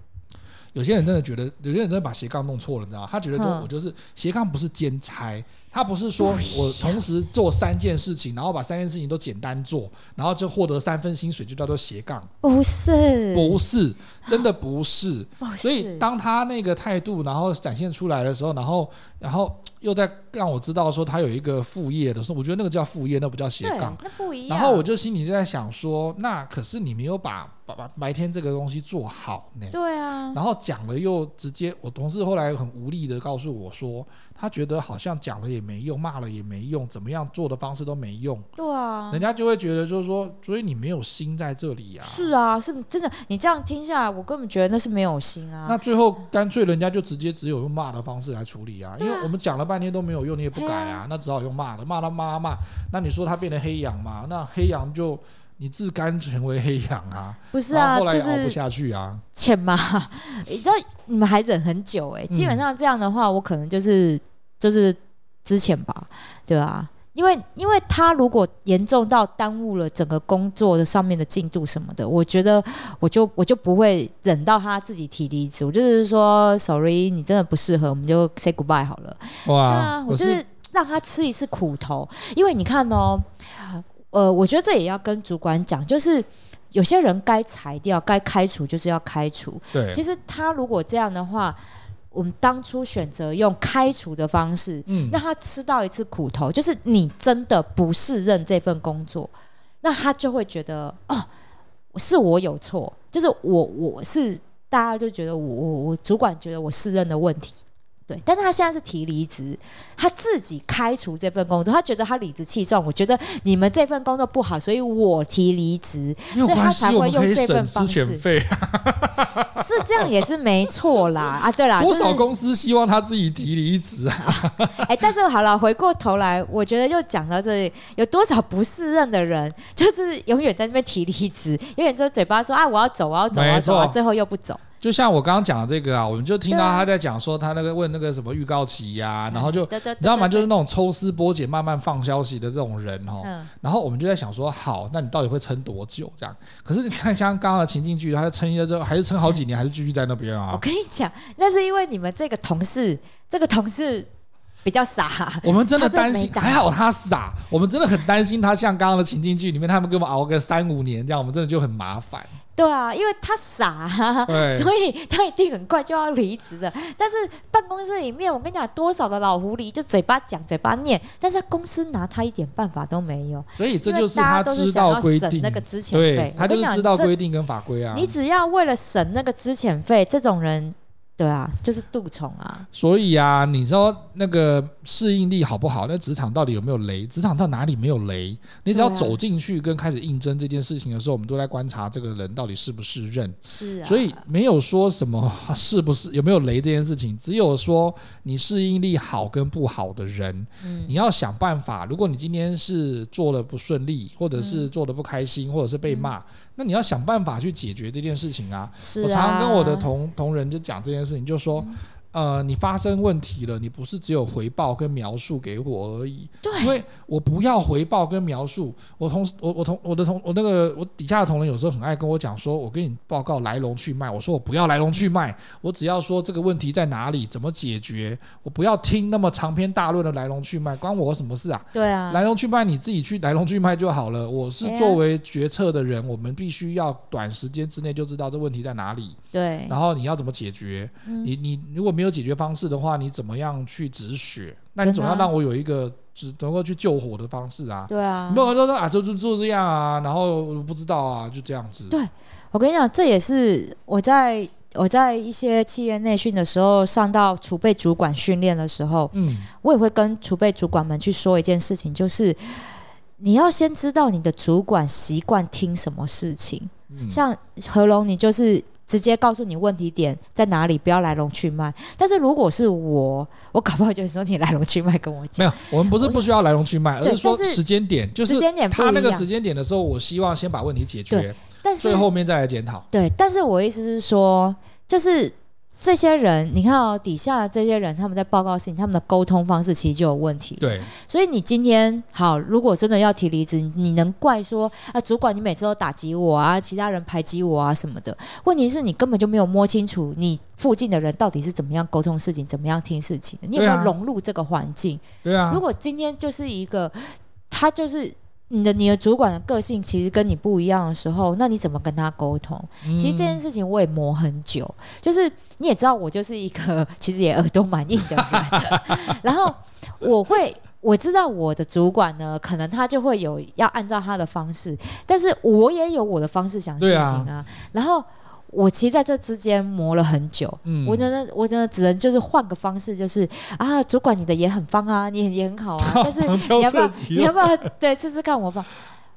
Speaker 1: 有些人真的觉得，有些人真的把斜杠弄错了，你知道吗？他觉得说
Speaker 2: 嗯
Speaker 1: 我就是斜杠不是兼差，他不是说我同时做三件事情，然后把三件事情都简单做，然后就获得三分薪水，就叫做斜杠。
Speaker 2: 不是，
Speaker 1: 不是，真的不是。
Speaker 2: 不是
Speaker 1: 所以当他那个态度，然后展现出来的时候，然后然后又在让我知道说他有一个副业的时候，我觉得那个叫副业，那不叫斜
Speaker 2: 对，
Speaker 1: 杠。
Speaker 2: 那不一样。
Speaker 1: 然后我就心里在想说，那可是你没有把把把白天这个东西做好呢。
Speaker 2: 对啊，
Speaker 1: 然后讲了又直接，我同事后来很无力的告诉我说，他觉得好像讲了也没用，骂了也没用，怎么样做的方式都没用，
Speaker 2: 对啊
Speaker 1: 人，家就会觉得就是说，所以你没有心在这里呀、
Speaker 2: 是啊，是真的。你这样听下来，我根本觉得那是没有心
Speaker 1: 那
Speaker 2: 啊。
Speaker 1: 最后干脆人家就直接只有用骂的方式来处理啊，因
Speaker 2: 对啊
Speaker 1: 为我们讲了半天都没有用，你也不改
Speaker 2: 嘿
Speaker 1: 啊，那只好用骂的，骂他骂骂。那你说他变成黑羊嘛？那黑羊就你自甘成为黑羊啊，
Speaker 2: 不是
Speaker 1: 然
Speaker 2: 啊，
Speaker 1: 后后来
Speaker 2: 就
Speaker 1: 也熬不
Speaker 2: 是
Speaker 1: 下去啊。
Speaker 2: 欠骂。 你知道你们还忍很久
Speaker 1: 嗯
Speaker 2: 哎、基本上这样的话，我可能就是就是之前吧，对啊。因为，因为他如果严重到耽误了整个工作的上面的进度什么的，我觉得我就我就不会忍到他自己提离职，我就是说，sorry，你真的不适合，我们就 say goodbye 好了。对
Speaker 1: 哇
Speaker 2: 啊，，我就是让他吃一次苦头，因为你看哦，呃，我觉得这也要跟主管讲，就是有些人该裁掉、该开除就是要开除。
Speaker 1: 对，
Speaker 2: 其实他如果这样的话，我们当初选择用开除的方式，
Speaker 1: 嗯，
Speaker 2: 让他吃到一次苦头，就是你真的不适任这份工作，那他就会觉得哦，是我有错，就是我我是大家就觉得我我我主管觉得我适任的问题。对，但是他现在是提离职，他自己开除这份工作，他觉得他理直气壮。我觉得你们这份工作不好，所以我提离职，
Speaker 1: 没有
Speaker 2: 所以他
Speaker 1: 关系，
Speaker 2: 才会
Speaker 1: 我们可以
Speaker 2: 用这份
Speaker 1: 省资
Speaker 2: 方式
Speaker 1: 遣费。
Speaker 2: 是这样也是没错啦。啊，对啦，
Speaker 1: 多
Speaker 2: 就是
Speaker 1: 少公司希望他自己提离职啊？
Speaker 2: 哎、但是好了，回过头来，我觉得又讲到这里，有多少不适任的人， 就是永远在那边提离职，永远就嘴巴说啊我要走，我要走，我
Speaker 1: 没
Speaker 2: 要
Speaker 1: 错
Speaker 2: 走，啊最后又不走。
Speaker 1: 就像我刚刚讲的这个啊，我们就听到
Speaker 2: 对啊嗯
Speaker 1: 他在讲说他那个问那个什么预告期呀、然后就
Speaker 2: 对对对
Speaker 1: 你知道吗？
Speaker 2: 对对
Speaker 1: 就是那种抽丝剥茧、慢慢放消息的这种人哦。
Speaker 2: 嗯
Speaker 1: 然后我们就在想说，好，那你到底会撑多久？这样？可是你看，像刚刚的情境剧，他撑一下之后，还是撑好几年，还是继续在那边
Speaker 2: 我
Speaker 1: 啊。
Speaker 2: 跟你讲，那是因为你们这个同事，这个同事比较傻。
Speaker 1: 我们真的
Speaker 2: 他真的
Speaker 1: 担心
Speaker 2: 没，打
Speaker 1: 还好他傻，我们真的很担心他。像刚刚的情境剧里面，他们给我们熬个三五年，这样我们真的就很麻烦。
Speaker 2: 对啊，因为他傻、 啊
Speaker 1: 对，
Speaker 2: 所以他一定很快就要离职的。但是办公室里面，我跟你讲，多少的老狐狸就嘴巴讲嘴巴念，但是公司拿他一点办法都没有。
Speaker 1: 所以这
Speaker 2: 因为
Speaker 1: 就是他
Speaker 2: 大家都是
Speaker 1: 知
Speaker 2: 想
Speaker 1: 道
Speaker 2: 要
Speaker 1: 规
Speaker 2: 省
Speaker 1: 定
Speaker 2: 那个资遣
Speaker 1: 对
Speaker 2: 费
Speaker 1: 他
Speaker 2: 我跟
Speaker 1: 就
Speaker 2: 你
Speaker 1: 是
Speaker 2: 讲
Speaker 1: 知道
Speaker 2: 这
Speaker 1: 规定跟法规啊。
Speaker 2: 你只要为了省那个资遣费，这种人，对啊，就是蠹虫啊。
Speaker 1: 所以啊，你说那个适应力好不好？那职场到底有没有雷？职场到哪里没有雷？你只要
Speaker 2: 对啊
Speaker 1: 走进去跟开始应征这件事情的时候，我们都在观察这个人到底是不是任。
Speaker 2: 是啊，
Speaker 1: 所以没有说什么 是不是有没有雷这件事情，只有说你适应力好跟不好的人，
Speaker 2: 嗯
Speaker 1: 你要想办法。如果你今天是做的不顺利，或者是做的不开心，或者是被骂，那你要想办法去解决这件事情啊。
Speaker 2: 是啊，嗯
Speaker 1: 我常常跟我的同同仁就讲这件事情，就说，呃，你发生问题了，你不是只有回报跟描述给我而已，因
Speaker 2: 对
Speaker 1: 为我不要回报跟描述。我同我我同我的同我那个我底下的同仁有时候很爱跟我讲说，我跟你报告来龙去脉，我说我不要来龙去脉，我只要说这个问题在哪里，怎么解决，我不要听那么长篇大论的来龙去脉，关我什么事啊？
Speaker 2: 对啊，
Speaker 1: 来龙去脉你自己去来龙去脉就好了。我是
Speaker 2: 哎呀
Speaker 1: 作为决策的人，我们必须要短时间之内就知道这问题在哪里。
Speaker 2: 对
Speaker 1: 然后你要怎么解决？
Speaker 2: 嗯
Speaker 1: 你你如果没有解决方式的话，你怎么样去止血？那你
Speaker 2: 真的
Speaker 1: 总
Speaker 2: 啊
Speaker 1: 要让我有一个只能够去救火的方式啊！
Speaker 2: 对啊
Speaker 1: 你。不能说说啊，就就就这样啊，然后我不知道啊，就这样子。
Speaker 2: 对我跟你讲，这也是我在我在一些企业内训的时候，上到储备主管训练的时候，
Speaker 1: 嗯，
Speaker 2: 我也会跟储备主管们去说一件事情，就是你要先知道你的主管习惯听什么事情。
Speaker 1: 嗯
Speaker 2: 像合龙，你就是直接告诉你问题点在哪里，不要来龙去脉。但是如果是我，我搞不好就是说你来龙去脉跟我
Speaker 1: 没
Speaker 2: 讲。
Speaker 1: 有，我们不是不需要来龙去脉，而
Speaker 2: 对
Speaker 1: 是说
Speaker 2: 但是
Speaker 1: 时间点，就是
Speaker 2: 时间点不
Speaker 1: 他那
Speaker 2: 一
Speaker 1: 个
Speaker 2: 样
Speaker 1: 时间点的时候，我希望先把问题解决
Speaker 2: 对，但是
Speaker 1: 最后面再来检讨。
Speaker 2: 对，但是我意思是说，就是这些人，你看哦，底下的这些人他们在报告事情，他们的沟通方式其实就有问题。
Speaker 1: 对，
Speaker 2: 所以你今天好，如果真的要提离职，你能怪说啊，主管你每次都打击我啊，其他人排挤我啊什么的。问题是你根本就没有摸清楚你附近的人到底是怎么样沟通事情，怎么样听事情的，你有没
Speaker 1: 对啊
Speaker 2: 有融入这个环境？
Speaker 1: 对啊
Speaker 2: 如，果今天就是一个他就是。你的你的主管的个性其实跟你不一样的时候，那你怎么跟他沟通？其实这件
Speaker 1: 嗯
Speaker 2: 事情我也磨很久，就是你也知道，我就是一个其实也耳朵蛮硬的人， 然后我会。我知道我的主管呢，可能他就会有要按照他的方式，但是我也有我的方式想进
Speaker 1: 对
Speaker 2: 行
Speaker 1: 啊
Speaker 2: 啊。然后我其实在这之间磨了很久，
Speaker 1: 嗯
Speaker 2: 我呢，我呢只能就是换个方式，就是啊，主管你的也很棒啊，你也 很好啊，但是
Speaker 1: 旁敲
Speaker 2: 你要不要
Speaker 1: 侧击
Speaker 2: 你
Speaker 1: 了
Speaker 2: 要不要对试试看我吧？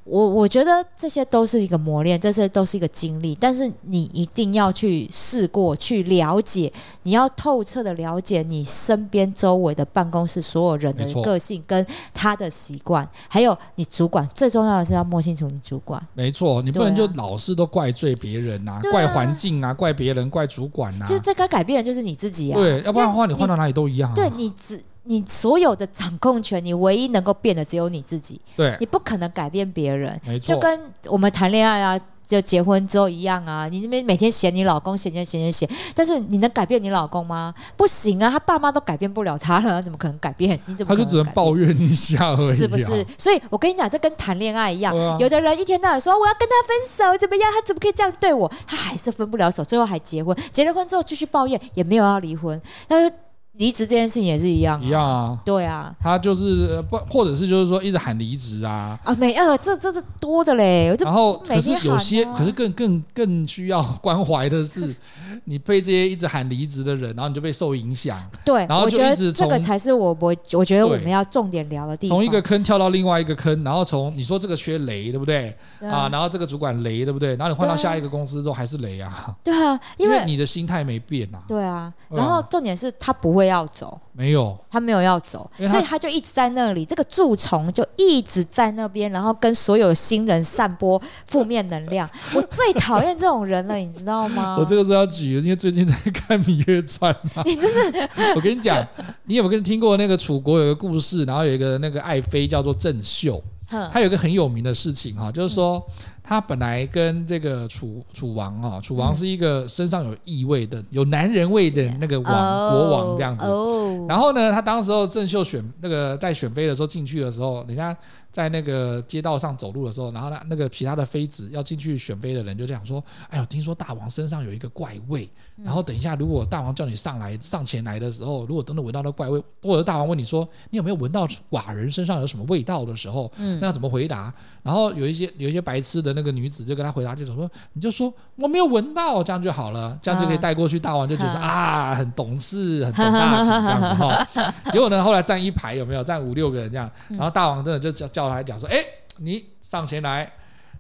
Speaker 2: 我我觉得这些都是一个磨练，这些都是一个经历，但是你一定要去试过，去了解，你要透彻的了解你身边周围的办公室所有人的
Speaker 1: 没错
Speaker 2: 个性跟他的习惯，还有你主管，最重要的是要摸清楚你主管。
Speaker 1: 没错，你不能
Speaker 2: 对
Speaker 1: 就
Speaker 2: 啊
Speaker 1: 老是都怪罪别人呐、
Speaker 2: 对啊
Speaker 1: 怪环境啊，怪别人，怪主管啊呐、
Speaker 2: 其实最该改变的就是你自己啊。
Speaker 1: 对，要不然的话你
Speaker 2: 你
Speaker 1: 换到哪里都一样、啊。
Speaker 2: 对你只你所有的掌控权，你唯一能够变的只有你自己，
Speaker 1: 对，
Speaker 2: 你不可能改变别人。
Speaker 1: 没
Speaker 2: 就
Speaker 1: 错，
Speaker 2: 跟我们谈恋爱啊，就结婚之后一样啊，你那边每天嫌你老公嫌嫌嫌嫌嫌，但是你能改变你老公吗？不行啊，他爸妈都改变不了他了，怎么可能改变？你怎么
Speaker 1: 他
Speaker 2: 可
Speaker 1: 就只能
Speaker 2: 改变
Speaker 1: 抱怨一下而已、啊，
Speaker 2: 是不是？所以我跟你讲，这跟谈恋爱一样，
Speaker 1: 对啊
Speaker 2: 有的人一天到晚说我要跟他分手，怎么样？他怎么可以这样对我？他还是分不了手，最后还结婚。结了婚之后继续抱怨，也没有要离婚。但是离职这件事情也是一样、啊，
Speaker 1: 一样啊。
Speaker 2: 对啊。
Speaker 1: 他就是呃不，或者是就是说一直喊离职啊，
Speaker 2: 啊，没呃，这这这多的嘞，我这
Speaker 1: 然后可
Speaker 2: 每
Speaker 1: 是
Speaker 2: 天
Speaker 1: 有
Speaker 2: 喊
Speaker 1: 些，
Speaker 2: 啊
Speaker 1: 可是更更更需要关怀的是，你被这些一直喊离职的人，然后你就被受影响，
Speaker 2: 对，
Speaker 1: 然后
Speaker 2: 我
Speaker 1: 就
Speaker 2: 觉得
Speaker 1: 一直
Speaker 2: 这个
Speaker 1: 从
Speaker 2: 才是我我我觉得我
Speaker 1: 对
Speaker 2: 们要重点聊的地方。
Speaker 1: 从一个坑跳到另外一个坑，然后从你说这个缺雷，对不对？
Speaker 2: 对
Speaker 1: 啊，
Speaker 2: 啊，
Speaker 1: 然后这个主管雷，对不对？然后你换到
Speaker 2: 对啊
Speaker 1: 下一个公司之后还是雷啊，
Speaker 2: 对啊，因
Speaker 1: 因
Speaker 2: 为
Speaker 1: 你的心态没变啊，
Speaker 2: 对啊，
Speaker 1: 对
Speaker 2: 然后
Speaker 1: 啊
Speaker 2: 重点是他不会要走，
Speaker 1: 没有，
Speaker 2: 他没有要走，
Speaker 1: 因为他
Speaker 2: 所以他就一直在那里，这个蛀虫就一直在那边，然后跟所有新人散播负面能量。我最讨厌这种人了，你知道吗？
Speaker 1: 我这个是要举，因为最近在看《芈月传》 嘛。你真 的，我跟你讲，你有没有跟听过那个楚国有个故事，然后有一个那个爱妃叫做郑袖，
Speaker 2: 哼
Speaker 1: 她有一个很有名的事情哈，就是说她本来跟这个楚楚王哈，楚王是一个身上有异味的、有男人味的那个王、国王这样子。
Speaker 2: 哦，
Speaker 1: 然后呢，他当时候郑袖选那个在选妃的时候进去的时候，人家在那个街道上走路的时候，然后呢，那个其他的妃子要进去选妃的人就这样说：“哎呦，听说大王身上有一个怪味，然后等一下如果大王叫你上来上前来的时候，如果真的闻到那怪味，或者大王问你说你有没有闻到寡人身上有什么味道的时候，
Speaker 2: 嗯
Speaker 1: 那要怎么回答？然后有一些有一些白痴的那个女子就跟他回答，就说你就说我没有闻到，这样就好了，这样就可以
Speaker 2: 啊
Speaker 1: 带过去。大王就觉得
Speaker 2: 啊
Speaker 1: 啊，很懂事，很懂大体这样子哈。结果呢，后来站一排有没有站五六个人这样，然后大王真的就叫叫他讲说，哎、你上前来，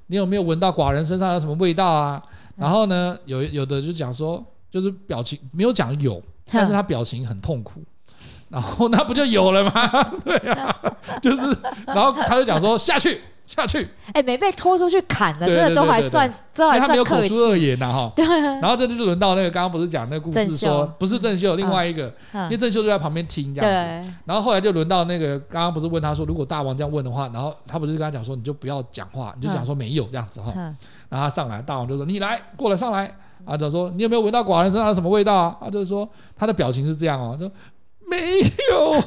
Speaker 1: 你有没有闻到寡人身上有什么味道啊？
Speaker 2: 嗯
Speaker 1: 然后呢，有有的就讲说，就是表情没有讲 有，但是他表情很痛苦。然后那不就有了吗？ 对啊，就是，然后他就 讲说下去下去，
Speaker 2: 哎、没被拖出去砍了，
Speaker 1: 对
Speaker 2: 真
Speaker 1: 对
Speaker 2: 的都
Speaker 1: 对
Speaker 2: 还
Speaker 1: 对
Speaker 2: 算，都
Speaker 1: 因
Speaker 2: 还
Speaker 1: 为他没
Speaker 2: 算
Speaker 1: 有口
Speaker 2: 客
Speaker 1: 出
Speaker 2: 气。
Speaker 1: 恶言呐哈。
Speaker 2: 对啊，
Speaker 1: 然后这就轮到那个刚刚不是讲那个故事
Speaker 2: 郑
Speaker 1: 说
Speaker 2: 秀
Speaker 1: 不是郑秀，另外一个，因为
Speaker 2: 嗯
Speaker 1: 郑秀就在旁边听这样子。
Speaker 2: 对，
Speaker 1: 然后后来就轮到那个刚刚不是问他说，如果大王这样问的话，然后他不是跟他讲说你就不要讲话，你就讲说没有这样子哈。
Speaker 2: 嗯
Speaker 1: 然后他上来，大王就说你来过来上来啊，就说你有没有闻到寡人身上有什么味道啊？他就说他的表情是这样哦，说没有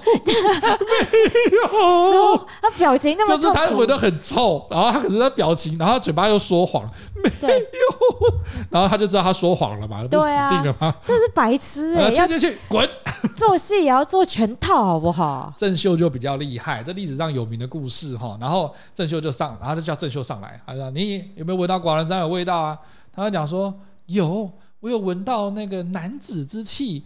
Speaker 1: 没有。
Speaker 2: 说哦他表情那么
Speaker 1: 哦就是他
Speaker 2: 痛苦
Speaker 1: 闻得很臭，然后他可是他表情，然后他嘴巴又说谎，
Speaker 2: 对，
Speaker 1: 然后他就知道他说谎了嘛，那不是
Speaker 2: 对啊
Speaker 1: 死定了吗？
Speaker 2: 这是白痴哎、
Speaker 1: 啊，
Speaker 2: 要
Speaker 1: 去去去，滚！
Speaker 2: 做戏也要做全套，好不好？
Speaker 1: 郑秀就比较厉害，这历史上有名的故事哈。然后郑秀就上，然后就叫郑秀上来，他说：“你有没有闻到寡人身上有味道啊？”他就讲说：“有，我有闻到那个男子之气、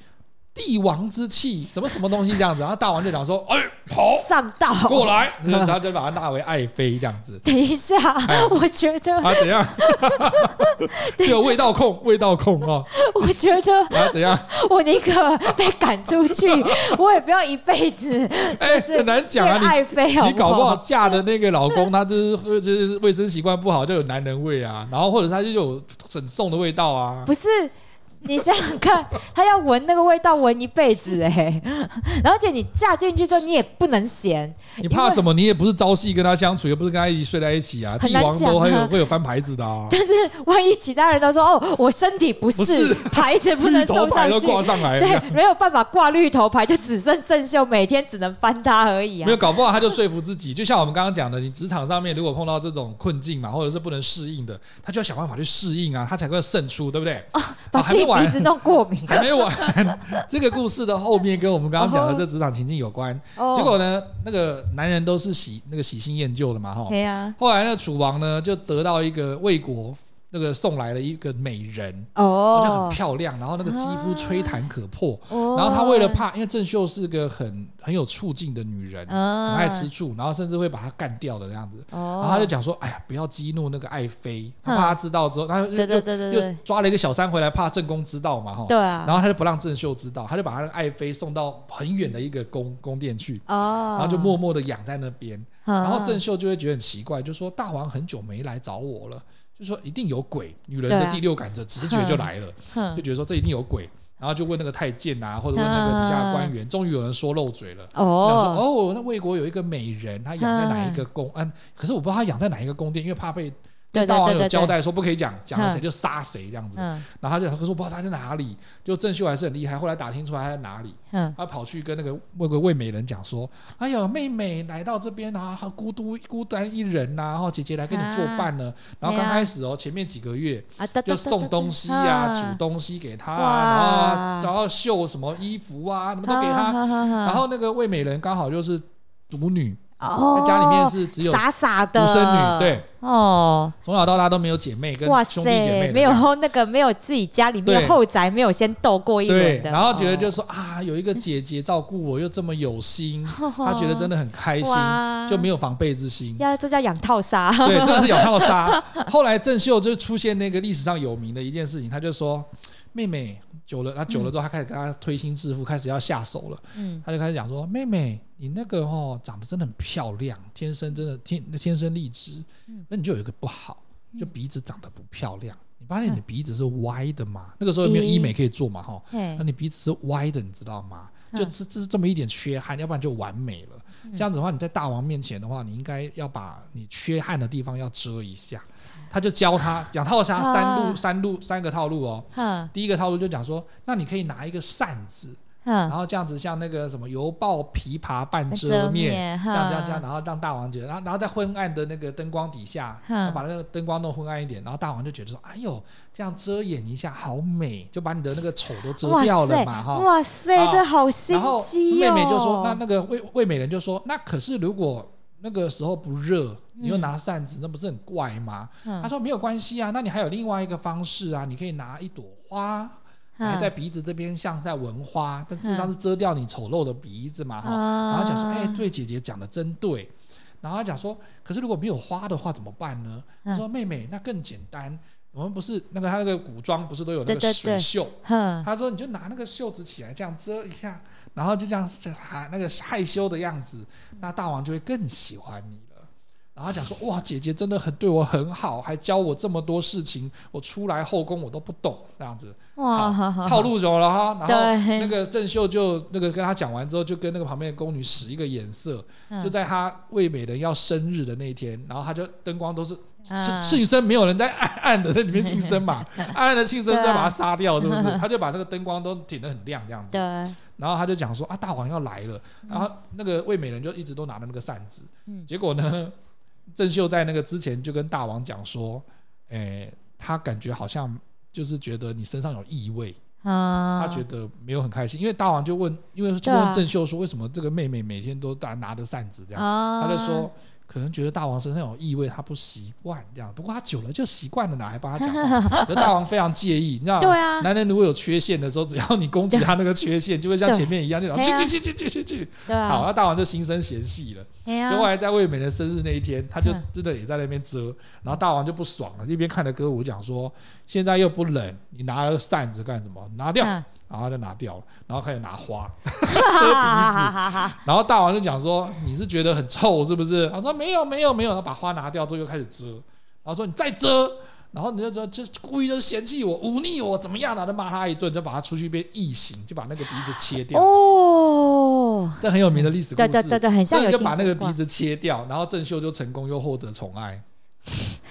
Speaker 1: 帝王之气，什么什么东西这样子。”然后大王就讲说：“哎，好，
Speaker 2: 上道
Speaker 1: 过来！”然后就把他纳为爱妃这样子。
Speaker 2: 等一下，我觉得，
Speaker 1: 哎啊， 怎样？有味道控，味道控哦。
Speaker 2: 我觉得
Speaker 1: 啊，怎 样？
Speaker 2: 我宁可被赶出 去，我也不要一辈子
Speaker 1: 哎，
Speaker 2: 就是
Speaker 1: 很难讲啊，
Speaker 2: 变
Speaker 1: 你
Speaker 2: 爱妃 好
Speaker 1: 你搞不
Speaker 2: 不
Speaker 1: 好嫁的那个老公，他就是就是卫生习惯不好，就有男人味啊，然后或者他就有很重的味道啊。
Speaker 2: 不是。你想想看，他要闻那个味道闻一辈子哎、然后而且你嫁进去之后你也不能嫌，
Speaker 1: 你怕什么？你也不是朝夕跟他相处，又不是跟他一起睡在一起啊。
Speaker 2: 很
Speaker 1: 帝
Speaker 2: 难
Speaker 1: 王
Speaker 2: 讲
Speaker 1: 都会有
Speaker 2: 啊
Speaker 1: 会有翻牌子的啊，
Speaker 2: 但是万一其他人都说哦，我身体不适，
Speaker 1: 不是
Speaker 2: 牌子不能
Speaker 1: 绿头
Speaker 2: 送上
Speaker 1: 牌都
Speaker 2: 去，
Speaker 1: 挂上来，
Speaker 2: 对，没有办法挂绿头牌，就只剩郑秀每天只能翻他而已啊
Speaker 1: 没有。搞不好他就说服自己。就像我们刚刚讲的，你职场上面如果碰到这种困境嘛，或者是不能适应的，他就要想办法去适应啊，他才会胜出，对不对？
Speaker 2: 哦把
Speaker 1: 啊还
Speaker 2: 自己
Speaker 1: 没完
Speaker 2: 鼻子弄过敏。
Speaker 1: 还没完，这个故事的后面跟我们刚刚讲的这职场情境有关。
Speaker 2: 哦
Speaker 1: 结果呢，那个男人都是喜那个喜新厌旧的嘛，哈。
Speaker 2: 对呀、
Speaker 1: 后来那个楚王呢，就得到一个魏国那个送来的一个美人，就很
Speaker 2: 哦，
Speaker 1: 漂亮，然后那个肌肤吹弹可破。
Speaker 2: 哦
Speaker 1: 然后她为了怕，因为郑秀是个很很有处境的女人，
Speaker 2: 嗯
Speaker 1: 很爱吃醋，然后甚至会把她干掉的那样子。
Speaker 2: 哦啊
Speaker 1: 然后她就讲说：“哎呀，不要激怒那个爱妃，她怕她知道之后，她又
Speaker 2: 对对对
Speaker 1: 又
Speaker 2: 对
Speaker 1: 又
Speaker 2: 对
Speaker 1: 抓了一个小三回来，怕正宫知道嘛，哈。
Speaker 2: 对啊，
Speaker 1: 然后她就不让郑秀知道，她就把她的爱妃送到很远的一个宫宫殿去，
Speaker 2: 哦，
Speaker 1: 然后就默默的养在那边。
Speaker 2: 嗯，
Speaker 1: 然后郑秀就会觉得很奇怪，就说大王很久没来找我了，就说一定有鬼，女人
Speaker 2: 对
Speaker 1: 的
Speaker 2: 啊嗯
Speaker 1: 第六感的直觉就来了，
Speaker 2: 哼
Speaker 1: 就觉得说这一定有鬼，然后就问那个太监啊，或者问那个底下的官员，终于有人说漏嘴了。然后
Speaker 2: 嗯哦，
Speaker 1: 说哦，那魏国有一个美人，她养在哪一个宫？嗯、可是我不知道她养在哪一个宫殿，因为怕被
Speaker 2: 对对
Speaker 1: 大王
Speaker 2: 对
Speaker 1: 有
Speaker 2: 对
Speaker 1: 交
Speaker 2: 对，
Speaker 1: 代说不可以讲，讲了谁
Speaker 2: 嗯
Speaker 1: 就杀谁这样子。
Speaker 2: 嗯
Speaker 1: 然后他就他说不知道她在哪里，就郑秀还是很厉害，后来打听出来她在哪里，
Speaker 2: 嗯，
Speaker 1: 他跑去跟那个那个魏美人讲说：“哎呀，妹妹来到这边啊，孤独孤单一人呐、然后姐姐来跟你作伴呢。然后刚开始哦，前面几个月
Speaker 2: 啊，哒哒哒哒
Speaker 1: 就送东西呀、
Speaker 2: 嗯
Speaker 1: 煮东西给她、啊，然
Speaker 2: 哇
Speaker 1: 后然后绣什么衣服啊，什么都给
Speaker 2: 啊
Speaker 1: 她。
Speaker 2: 哈哈哈
Speaker 1: 然后那个魏美人刚好就是独女，
Speaker 2: 哦，
Speaker 1: 在家里面是只有
Speaker 2: 傻傻
Speaker 1: 独
Speaker 2: 的
Speaker 1: 生女，，对，
Speaker 2: 哦，
Speaker 1: 从小到大都没有姐妹跟
Speaker 2: 哇
Speaker 1: 兄
Speaker 2: 塞
Speaker 1: 弟姐妹，的，
Speaker 2: 没有后那个没有自己家里面
Speaker 1: 对
Speaker 2: 后宅没有先斗过一
Speaker 1: 对
Speaker 2: 轮，的，
Speaker 1: 然后觉得就
Speaker 2: 哦
Speaker 1: 说、啊，有一个姐姐照顾我，又这么有心，她觉得真的很开心
Speaker 2: 哇，
Speaker 1: 就没有防备之心。
Speaker 2: 呀，这叫养套杀，
Speaker 1: 对，真的是有套杀。后来郑秀就出现那个历史上有名的一件事情，她就说：“妹妹久了，她久了之后，她开始跟她推心置腹，开始要下手了。
Speaker 2: 嗯，
Speaker 1: 她就开始讲说：‘妹妹，你那个哦，长得真的很漂亮，天生真的天天生丽质，那你就有一个不好，就鼻子长得不漂亮。’你发现你的鼻子是歪的嘛？那个时候没有医美可以做嘛？哈、
Speaker 2: 嘿
Speaker 1: 那，你鼻子是歪的，你知道吗？就
Speaker 2: 嗯
Speaker 1: 这这这么一点缺憾，要不然就完美了。这样子的话，你在大王面前的话，你应该要把你缺憾的地方要遮一下。他就教他讲套杀三路，
Speaker 2: 啊
Speaker 1: 三路三个套路哦。
Speaker 2: 哼
Speaker 1: 第一个套路就讲说，那你可以拿一个扇子，然
Speaker 2: 哼，
Speaker 1: 后这样子像那个什么油爆琵琶半遮
Speaker 2: 嗯遮面
Speaker 1: 这样这样
Speaker 2: 哈
Speaker 1: 这样，然后让大王觉得，然后然后在昏暗的那个灯光底下，
Speaker 2: 哈
Speaker 1: 然后把那个灯光弄昏暗一点，然后大王就觉得说，哎呦，这样遮掩一下好美，就把你的那个丑都遮
Speaker 2: 哇
Speaker 1: 掉了
Speaker 2: 塞
Speaker 1: 嘛哈。
Speaker 2: 哇
Speaker 1: 啊
Speaker 2: 塞，这好心
Speaker 1: 然后
Speaker 2: 机
Speaker 1: 妹
Speaker 2: 哦，
Speaker 1: 妹就说，那那个魏魏美人就说，那可是如果那个时候不热，你又拿扇子，那不是很怪吗？
Speaker 2: 嗯
Speaker 1: 他说没有关系啊，那你还有另外一个方式啊，你可以拿一朵花。
Speaker 2: 嗯
Speaker 1: 还在鼻子这边像在闻花，但事实上是遮掉你丑陋的鼻子嘛哈。
Speaker 2: 啊
Speaker 1: 然后讲说，哎、对，姐姐讲的真对。然后他讲说，可是如果没有花的话怎么办呢？他
Speaker 2: 嗯
Speaker 1: 说，妹妹，那更简单，我们不是那个他那个古装不是都有那
Speaker 2: 对
Speaker 1: 个
Speaker 2: 对
Speaker 1: 水
Speaker 2: 对
Speaker 1: 袖？
Speaker 2: 哼，
Speaker 1: 他说你就拿那个袖子起来这样遮一下，然后就这样喊那个害羞的样子，那大王就会更喜欢你了。然后他讲说哇，姐姐真的很对我很好，还教我这么多事情，我出来后宫我都不懂这样子。
Speaker 2: 哇，
Speaker 1: 好
Speaker 2: 哈哈
Speaker 1: 套路走了哈，然后
Speaker 2: 嗯对
Speaker 1: 那个郑秀就那个跟他讲完之后，就跟那个旁边的宫女使一个眼色，
Speaker 2: 嗯
Speaker 1: 就在她魏美人要生日的那一天，然后他就灯光都是
Speaker 2: 嗯啊
Speaker 1: 庆庆生，没有人在暗暗的在里面庆生 嘛，暗暗的庆生是要把他杀掉，是不是？他就把那个灯光都点得很亮这样子，
Speaker 2: 对，
Speaker 1: 然后他就讲说啊，大王要来了，然后那个魏美人就一直都拿着那个扇子，
Speaker 2: 嗯
Speaker 1: 结果呢， 郑秀在那个之前就跟大王讲说，诶，他感觉好像就是觉得你身上有异味。
Speaker 2: 啊，
Speaker 1: 他觉得没有很开心，因为大王就问，因为就
Speaker 2: 对啊
Speaker 1: 问郑秀说，为什么这个妹妹每天都大拿着扇子这样？
Speaker 2: 啊，
Speaker 1: 他就说，可能觉得大王身上有异味，他不习惯这样。不过他久了就习惯了，哪还帮他讲 话？可是大王非常介意，你知道吗？
Speaker 2: 对啊
Speaker 1: 男人如果有缺陷的时候，只要你攻击他那个缺陷，就会像
Speaker 2: 对
Speaker 1: 前面一样，就讲
Speaker 2: 对啊
Speaker 1: 去去去去去去。
Speaker 2: 对啊，
Speaker 1: 好，那大王就心生嫌隙了。
Speaker 2: 嘿啊，
Speaker 1: 就后来在魏美的生日那一天，他就
Speaker 2: 嗯
Speaker 1: 真的也在那边遮，然后大王就不爽了，一边看着歌舞讲说，现在又不冷，你拿了扇子干什么？拿掉，
Speaker 2: 嗯
Speaker 1: 然后他就拿掉了，然后开始拿花，
Speaker 2: 哈哈哈哈
Speaker 1: 然后大王就讲说，你是觉得很臭是不是？他说没有没有没有，他把花拿掉之后又开始遮，然后说你再遮。然后你就说，就故意就是嫌弃我、忤逆我怎么样，然后就骂他一顿，就把他出去变异形，就把那个鼻子切掉。
Speaker 2: 哦，
Speaker 1: 这很有名的历史故
Speaker 2: 对
Speaker 1: 事。
Speaker 2: 对对对，很
Speaker 1: 所
Speaker 2: 像
Speaker 1: 以
Speaker 2: 有
Speaker 1: 就
Speaker 2: 进
Speaker 1: 把那个鼻
Speaker 2: 步过
Speaker 1: 子切掉，然后郑秀就成功又获得宠 爱。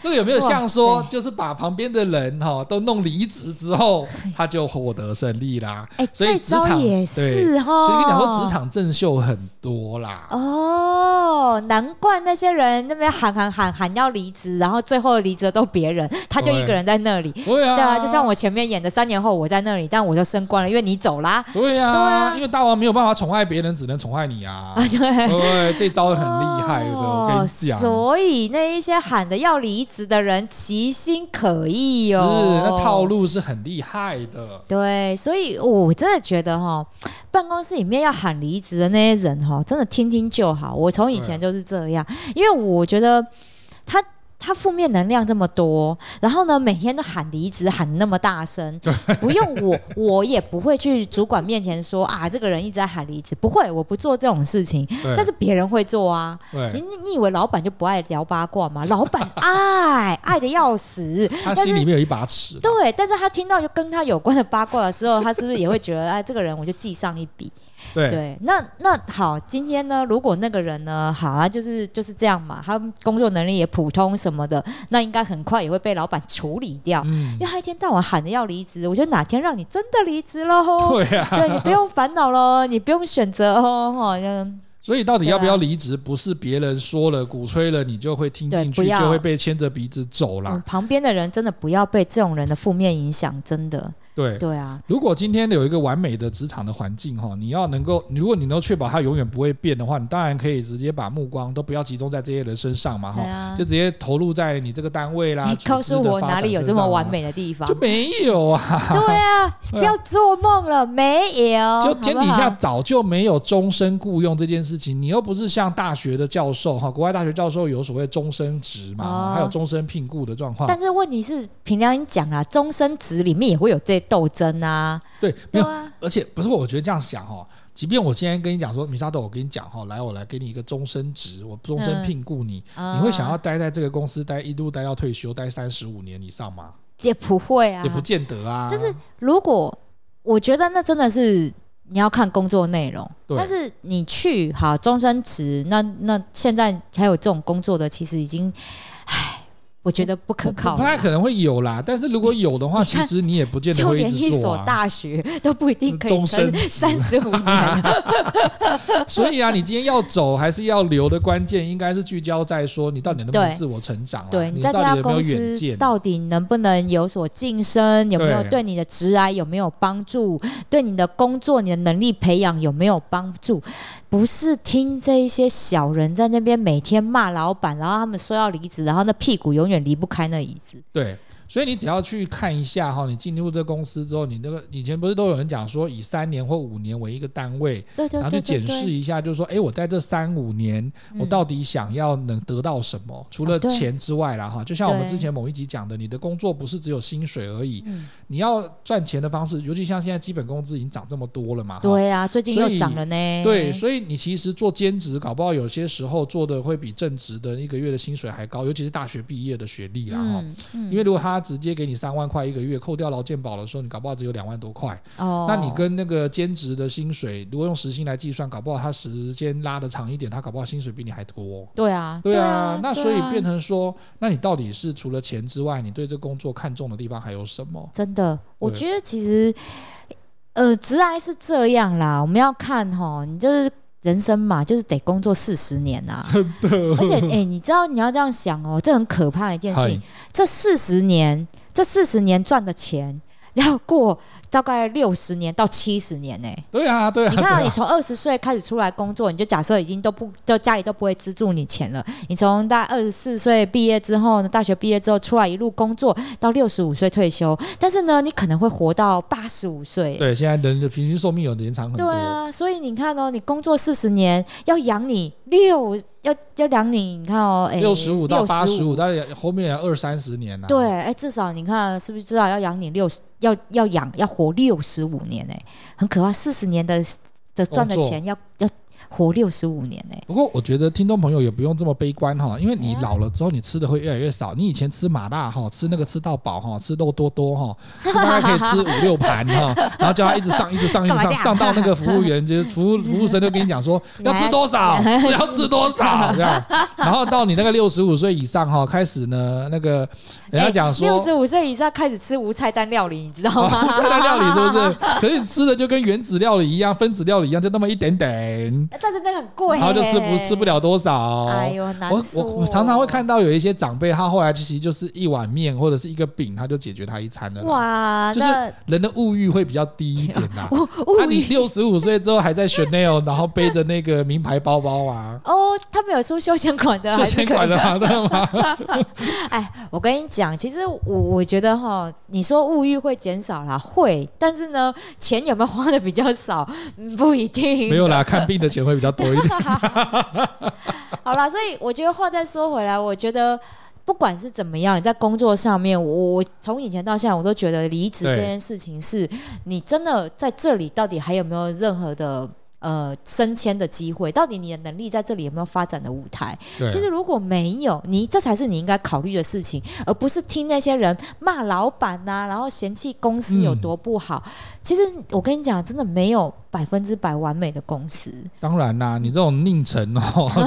Speaker 1: 这个有没有像
Speaker 2: 哇
Speaker 1: 说，
Speaker 2: 塞
Speaker 1: 就是把旁边的人哈、都弄离职之后，他就获得胜利啦？
Speaker 2: 哎，
Speaker 1: 所以
Speaker 2: 这
Speaker 1: 职
Speaker 2: 招
Speaker 1: 场
Speaker 2: 也
Speaker 1: 对
Speaker 2: 是哈。
Speaker 1: 所以跟你讲说，职场正秀很多啦。
Speaker 2: 哦，难怪那些人那边喊喊喊喊要离职，然后最后离职的都别人，他就
Speaker 1: 对
Speaker 2: 一个人在那里。
Speaker 1: 对啊，
Speaker 2: 对啊，就像我前面演的，三年后我在那里，但我就升官了，因为你走啦。
Speaker 1: 对呀、
Speaker 2: 对啊
Speaker 1: 因为大王没有办法宠爱别人，只能宠爱你 啊。
Speaker 2: 对。哦
Speaker 1: 对，这招很厉害的，我跟你讲。
Speaker 2: 所以那一些喊的要离职的人，其心可
Speaker 1: 是，
Speaker 2: 诛哦。
Speaker 1: 那套。路是很厉害的。
Speaker 2: 对，所以哦我真的觉得哈，办公室里面要喊离职的那些人哈，真的听听就好。我从以前就是这样，因为我觉得他他负面能量这么多，然后呢，每天都喊离职，喊那么 大声，不用我，我也不会去主管面前说啊，这个人一直在喊离职，不会，我不做这种事情。
Speaker 1: 对，
Speaker 2: 但是别人会做啊，你
Speaker 1: 对，
Speaker 2: 你你以为老板就不爱聊八卦吗？老板爱爱的要死，
Speaker 1: 他
Speaker 2: 但是
Speaker 1: 心里面有一把尺。
Speaker 2: 对，但是他听到有跟他有关的八卦的时候，他是不是也会觉得，哎，这个人我就记上一笔？
Speaker 1: 对
Speaker 2: 对，那那好，今天呢，如果那个人呢，好啊，就是就是这样嘛，他工作能力也普通什么的，那应该很快也会被老板处理掉，
Speaker 1: 嗯
Speaker 2: 因，为他一天到晚喊着要离职，我觉得哪天让你真的离职了哦，
Speaker 1: 对啊。
Speaker 2: 对你不用烦恼喽，你不用选择哦，哈，嗯
Speaker 1: 所以到底
Speaker 2: 对啊
Speaker 1: 要不要离职，不是别人说了、鼓吹了，你就会听进
Speaker 2: 对不
Speaker 1: 去，
Speaker 2: 要
Speaker 1: 就会被牵着鼻子走 啦
Speaker 2: 嗯。旁边的人真的不要被这种人的负面影响，真的，
Speaker 1: 对。
Speaker 2: 对啊，
Speaker 1: 如果今天有一个完美的职场的环境哈，你要能够，如果你能够确保它永远不会变的话，你当然可以直接把目光都不要集中在这些人身上嘛
Speaker 2: 对
Speaker 1: 哈，
Speaker 2: 啊
Speaker 1: 就。直接投入在你这个单位啦。
Speaker 2: 你告
Speaker 1: 组
Speaker 2: 诉
Speaker 1: 织的
Speaker 2: 我
Speaker 1: 发展
Speaker 2: 哪里有这
Speaker 1: 身上
Speaker 2: 么
Speaker 1: 啊
Speaker 2: 完？美的地方
Speaker 1: 就？没有啊，
Speaker 2: 对啊，不要做梦了，没 有。
Speaker 1: 就天底
Speaker 2: 哦好
Speaker 1: 下
Speaker 2: 不好
Speaker 1: 早就没有终身雇佣这件事情。你又不是像大学的教授哈，国外大学教授有所谓终身职嘛，
Speaker 2: 哦
Speaker 1: 还有终身聘雇的状况。
Speaker 2: 但是问题是，凭良心讲啦，啊终身职里面也会有这些斗争啊，
Speaker 1: 对，没
Speaker 2: 对
Speaker 1: 有，
Speaker 2: 啊，
Speaker 1: 而且不是我觉得这样想哈、哦，即便我现在跟你讲说，米沙豆，我跟你讲哈、哦，来我来给你一个终身职，我终身聘雇你，你会想要
Speaker 2: 嗯
Speaker 1: 待在这个公司待一路待到退休，待三十五年以上吗？
Speaker 2: 也不会啊
Speaker 1: 也，不见得啊。
Speaker 2: 就是如果我觉得那真的是你要看工作内容，
Speaker 1: 对
Speaker 2: 但是你去好终身职，那那现在还有这种工作的，其实已经，唉，我觉得不可
Speaker 1: 不
Speaker 2: 靠
Speaker 1: 不
Speaker 2: 了
Speaker 1: 太可能会有啦。但是如果有的话，
Speaker 2: 你
Speaker 1: 其
Speaker 2: 看
Speaker 1: 实你也不见得
Speaker 2: 就
Speaker 1: 会
Speaker 2: 连一
Speaker 1: 直做
Speaker 2: 所
Speaker 1: 啊。
Speaker 2: 大 学都不一定可以
Speaker 1: 终身
Speaker 2: 撑三十五年，
Speaker 1: 所以啊，你今天要走还是要留的关键，应该是聚焦在说你到底能不能
Speaker 2: 对
Speaker 1: 自我成长、啊，
Speaker 2: 对
Speaker 1: 你
Speaker 2: 在这
Speaker 1: 到底
Speaker 2: 家
Speaker 1: 有没有
Speaker 2: 公
Speaker 1: 远
Speaker 2: 司
Speaker 1: 见？
Speaker 2: 到底能不能有所晋升，有没有
Speaker 1: 对
Speaker 2: 对你的职涯有没有帮助，对你的工作、你的能力培养有没有帮助？不是听这一些小人在那边每天骂老板，然后他们说要离职，然后那屁股永远离不开那椅子。
Speaker 1: 对，所以你只要去看一下哈，你进入这公司之后，你那个以前不是都有人讲说以三年或五年为一个单位，
Speaker 2: 对对
Speaker 1: 然后去
Speaker 2: 对对
Speaker 1: 检视
Speaker 2: 对，
Speaker 1: 一下，就是说，哎，我在这三五年，我
Speaker 2: 嗯
Speaker 1: 到底想要能得到什么？除了
Speaker 2: 哦对
Speaker 1: 钱之外啦，哈，就像我们
Speaker 2: 对
Speaker 1: 之前某一集讲的，你的工作不是只有薪水而已，
Speaker 2: 嗯，
Speaker 1: 你要赚钱的方式，尤其像现在基本工资已经涨这么多了嘛，哈
Speaker 2: 对啊，最近
Speaker 1: 所
Speaker 2: 又
Speaker 1: 以
Speaker 2: 涨了呢。
Speaker 1: 对，所以你其实做兼职，搞不好有些时候做的会比正职的一个月的薪水还高，尤其是大学毕业的学历啦，哈、
Speaker 2: 嗯嗯
Speaker 1: 因为如果他直接给你三万块一个月，扣掉劳健保的时候，你搞不好只有两万多块。
Speaker 2: 哦，
Speaker 1: 那你跟那个兼职的薪水，如果用时薪来计算，搞不好他时间拉的长一点，他搞不好薪水比你还多。
Speaker 2: 对啊，
Speaker 1: 对
Speaker 2: 啊
Speaker 1: 啊，，那所以
Speaker 2: 对啊
Speaker 1: 变成说，那你到底是除了钱之外，你对这工作看重的地方还有什么？
Speaker 2: 真的，我觉得其实，呃，直癌是这样啦，我们要看哈，你就是人生嘛，就是得工作四十年呐、 真的。而且，哎、你知道你要这样想哦，这很可怕的一件事情。这四十年，这四十年赚的钱，要过大概六十年到七十年呢、
Speaker 1: 对啊，对啊，
Speaker 2: 你看啊，
Speaker 1: 对
Speaker 2: 你
Speaker 1: 啊
Speaker 2: 从二十岁开始出来工作，你就假设已经都不，就家里都不会资助你钱了。你从大二十四岁毕业之后呢，大学毕业之后出来一路工作到六十五岁退休，但是呢，你可能会活到八十五岁。
Speaker 1: 对，现在人的平均寿命有延长很
Speaker 2: 对
Speaker 1: 多。
Speaker 2: 啊，所以你看哦，你工作四十年，要养你六，要要养你，你看哦，哎，
Speaker 1: 六十五到八十
Speaker 2: 65
Speaker 1: 五，大概后面有二三十年呢、啊。
Speaker 2: 对，哎，至少你看，是不是至少要养你六十，要要养要活六十五年哎、很可怕。四十年的的赚的
Speaker 1: 工作
Speaker 2: 钱要要活六十五年呢、
Speaker 1: 不过我觉得听众朋友也不用这么悲观哈，因为
Speaker 2: 哦
Speaker 1: 你老了之后，你吃的会越来越少。你以前吃麻辣哈，吃那个吃到饱哈，吃肉多多哈，吃大概可以吃五六盘哈， 然后叫他一直上，一直上，一直
Speaker 2: 干
Speaker 1: 上，
Speaker 2: 嘛这样
Speaker 1: 上到那个服务员就是服务服务生就跟你讲 说要
Speaker 2: 啊
Speaker 1: 吃多少，只要吃多少这样。然后到你那个六十五岁以上哈，开始呢那个人家讲说
Speaker 2: 哎六十五岁以上开始吃无菜单料理，你知道
Speaker 1: 哦，
Speaker 2: 吗？
Speaker 1: 菜单料理是不是？可是你吃的就跟原子料理一样，分子料理一样，就那么一点 点，
Speaker 2: 哎但是那个很贵、
Speaker 1: 然后就吃不吃不
Speaker 2: 了。
Speaker 1: 了多少。
Speaker 2: 哎呦，难
Speaker 1: 我
Speaker 2: 说
Speaker 1: 我我常常会看到有一些长辈，他后来其实就是一碗面或者是一个饼，他就解决他一餐的啦。
Speaker 2: 哇，
Speaker 1: 就是
Speaker 2: 那
Speaker 1: 人的物欲会比较低一点呐、
Speaker 2: 物物
Speaker 1: 那、你
Speaker 2: 欲、
Speaker 1: 六十五岁之后还在 Chanel，然后背着那个名牌包包 啊，
Speaker 2: 哦，他们有出休闲馆的，
Speaker 1: 就
Speaker 2: 啊还是
Speaker 1: 先
Speaker 2: 可以
Speaker 1: 管了嘛，对吗？
Speaker 2: 哎，我跟你讲，其实我我觉得哈，你说物欲会减少啦，会，但是呢，钱有没有花的比较少，嗯不一定。
Speaker 1: 没有 啦，看病的钱会比较多一点。
Speaker 2: 好啦，所以我觉得话再说回来，我觉得不管是怎么样，你在工作上面，我我从以前到现在，我都觉得离职
Speaker 1: 对
Speaker 2: 这件事情是你真的在这里到底还有没有任何的。呃，升迁的机会，到底你的能力在这里有没有发展的舞台？
Speaker 1: 对啊
Speaker 2: 其实如果没有，你这才是你应该考虑的事情，而不是听那些人骂老板呐、然后嫌弃公司有多不好。
Speaker 1: 嗯
Speaker 2: 其实我跟你讲，真的没有百分之百完美的公司。
Speaker 1: 当然
Speaker 2: 嗯
Speaker 1: 啦，你这种佞臣 哦，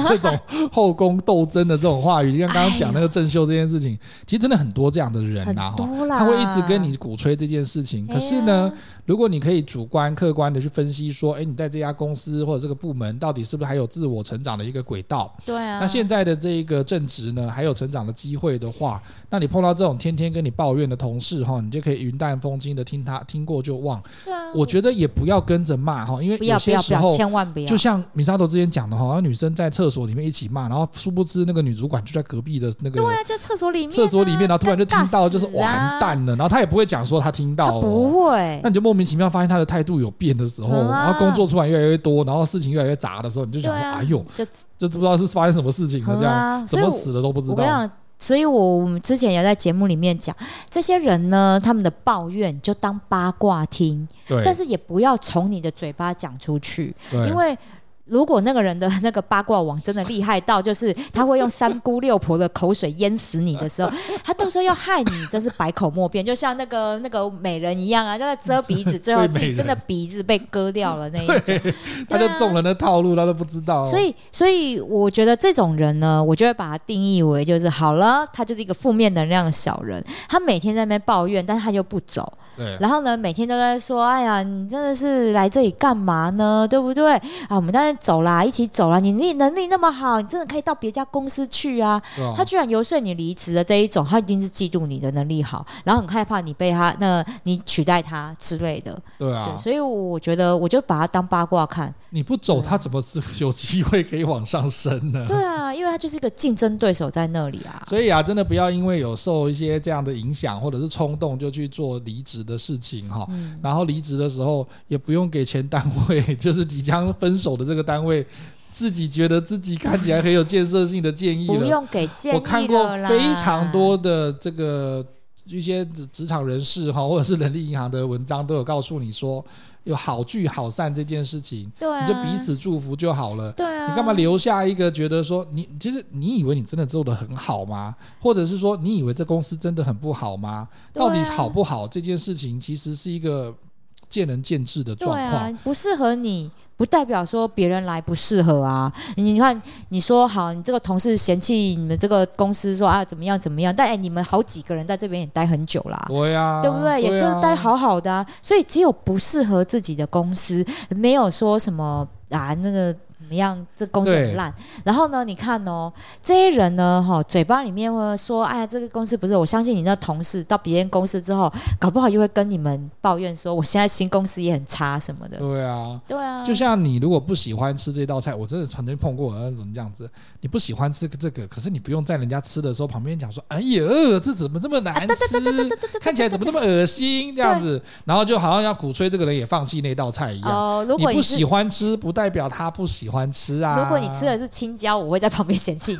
Speaker 1: 这种后宫斗争的这种话语，就像刚刚讲那个郑秀这件事情，其实真的很多这样的人
Speaker 2: 很
Speaker 1: 呐、哈
Speaker 2: 多啦
Speaker 1: 他会一直跟你鼓吹这件事情。
Speaker 2: 哎
Speaker 1: 可是呢，如果你可以主观客观的去分析说，哎，你在这家公司或者这个部门到底是不是还有自我成长的一个轨道？
Speaker 2: 对啊
Speaker 1: 那现在的这个正职呢，还有成长的机会的话，那你碰到这种天天跟你抱怨的同事哈，你就可以云淡风轻的听他听过就忘。
Speaker 2: 对啊，
Speaker 1: 我觉得也不要跟着骂哈，因为
Speaker 2: 不要
Speaker 1: 有
Speaker 2: 不
Speaker 1: 些
Speaker 2: 要不
Speaker 1: 时
Speaker 2: 要，
Speaker 1: 候。
Speaker 2: 千万不要！
Speaker 1: 就像米沙头之前讲的哈，女生在厕所里面一起骂，然后殊不知那个女主管就在隔壁的那个
Speaker 2: 对啊，就厕所里面啊、
Speaker 1: 厕所里面，然后突然就听到，就是
Speaker 2: 尴尬死啊
Speaker 1: 完蛋了，然后她也不会讲说她听
Speaker 2: 他
Speaker 1: 到、
Speaker 2: 不
Speaker 1: 哦。
Speaker 2: 会
Speaker 1: 那，你就莫名其妙发现她的态度有变的时候，
Speaker 2: 嗯啊
Speaker 1: 然后工作突然越来越多，然后事情越来越杂的时候，你就
Speaker 2: 对
Speaker 1: 想说：“
Speaker 2: 啊，
Speaker 1: 哎呦，
Speaker 2: 就
Speaker 1: 这不知道是发生什么事情了，
Speaker 2: 嗯
Speaker 1: 这样、
Speaker 2: 啊
Speaker 1: 怎
Speaker 2: 所以
Speaker 1: 么
Speaker 2: 我
Speaker 1: 死的都不知
Speaker 2: 我跟你
Speaker 1: 道。
Speaker 2: 讲，所以我我们之前也在节目里面讲，这些人呢，他们的抱怨你就当八卦听，”
Speaker 1: 对，
Speaker 2: 但是也不要从你的嘴巴讲出去，
Speaker 1: 对
Speaker 2: 因为。如果那个人的 那个八卦网真的厉害到，就是他会用三姑六婆的口水淹死你的时候， 他到时候要害你，真是百口莫辩。就像那个那个美人一样啊，那个遮鼻子，最后自己真的鼻子被割掉了那一种。
Speaker 1: 她就中了那套路，她都不知道。
Speaker 2: 啊所以，所以我觉得这种人呢，我就会把他定义为就是好了，他就是一个负面能量的小人，他每天在那边抱怨，但是他又不走，
Speaker 1: 对，
Speaker 2: 然后呢，每天都在说，哎呀，你真的是来这里干嘛呢？对不对？啊，我们当然走啦，一起走啦，你力能力那么好，你真的可以到别家公司去啊。
Speaker 1: 对吧
Speaker 2: 他居然游说你离职的这一种，他一定是嫉妒你的能力好，然后很害怕你被他那你取代他之类的。
Speaker 1: 对啊
Speaker 2: 对，，所以我觉得我就把他当八 卦看。
Speaker 1: 你不走，她怎么是有机会可以往上升呢？
Speaker 2: 啊对啊，因为他就是一个竞争对手在那里啊。
Speaker 1: 所以啊，真的不要因为有受一些这样的影响或者是冲动就去做离职的事情哈。
Speaker 2: 嗯，
Speaker 1: 然后离职的时候也不用给前单位， 就是即将分手的这个单位，自己觉得自己看起来很有建设性的建议
Speaker 2: 不
Speaker 1: 了。
Speaker 2: 用给建议
Speaker 1: 我看过
Speaker 2: 了啦
Speaker 1: 非常多的这个一些职职场人士哈，或者是人力银行的文章都有告诉你说，有好聚好散这件事情，
Speaker 2: 对啊，
Speaker 1: 你就彼此祝福就好了。
Speaker 2: 对啊，
Speaker 1: 你干嘛？留下一个觉得说你其实你以为你真的做的很好吗？或者是说你以为这公司真的很不好吗？
Speaker 2: 对啊
Speaker 1: 到底好不好这件事情，其实是一个见仁见智的状
Speaker 2: 对啊
Speaker 1: 况。，
Speaker 2: 不适合你。不代表说别人来不适合啊！你看，你说好，你这个同事嫌弃你们这个公司说啊怎么样怎么样，但哎、你们好几个人在这边也待很久啦、
Speaker 1: 对呀，
Speaker 2: 对不对？也就是
Speaker 1: 啊
Speaker 2: 待。好好的啊，所以只有不适合自己的公司，没有说什么啊那个怎么样，这公司
Speaker 1: 对
Speaker 2: 很烂。然后呢，你看哦，这些人呢，哈、嘴巴里面会说，哎呀，这个公司不是。我相信你那同事到别人公司之后，搞不好又会跟你们抱怨说，我现在新公司也很差什么的。
Speaker 1: 对啊，
Speaker 2: 对啊，
Speaker 1: 就像你如果不喜欢吃这道菜，我真的曾经碰过有那种这样子，你不喜欢吃这个，可是你不用在人家吃的时候旁边讲说，哎呀，这怎么这么难
Speaker 2: 啊，对对对对对
Speaker 1: 吃
Speaker 2: 对？对对，
Speaker 1: 看起来怎么这么恶心这样子，然后就好像要鼓吹这个人也放弃那道菜一样。
Speaker 2: 哦？如
Speaker 1: 你
Speaker 2: 果
Speaker 1: 不
Speaker 2: 是
Speaker 1: 喜欢吃，不代表他不喜欢吃啊。
Speaker 2: 如果你吃的是青椒，我会在旁边嫌弃 你。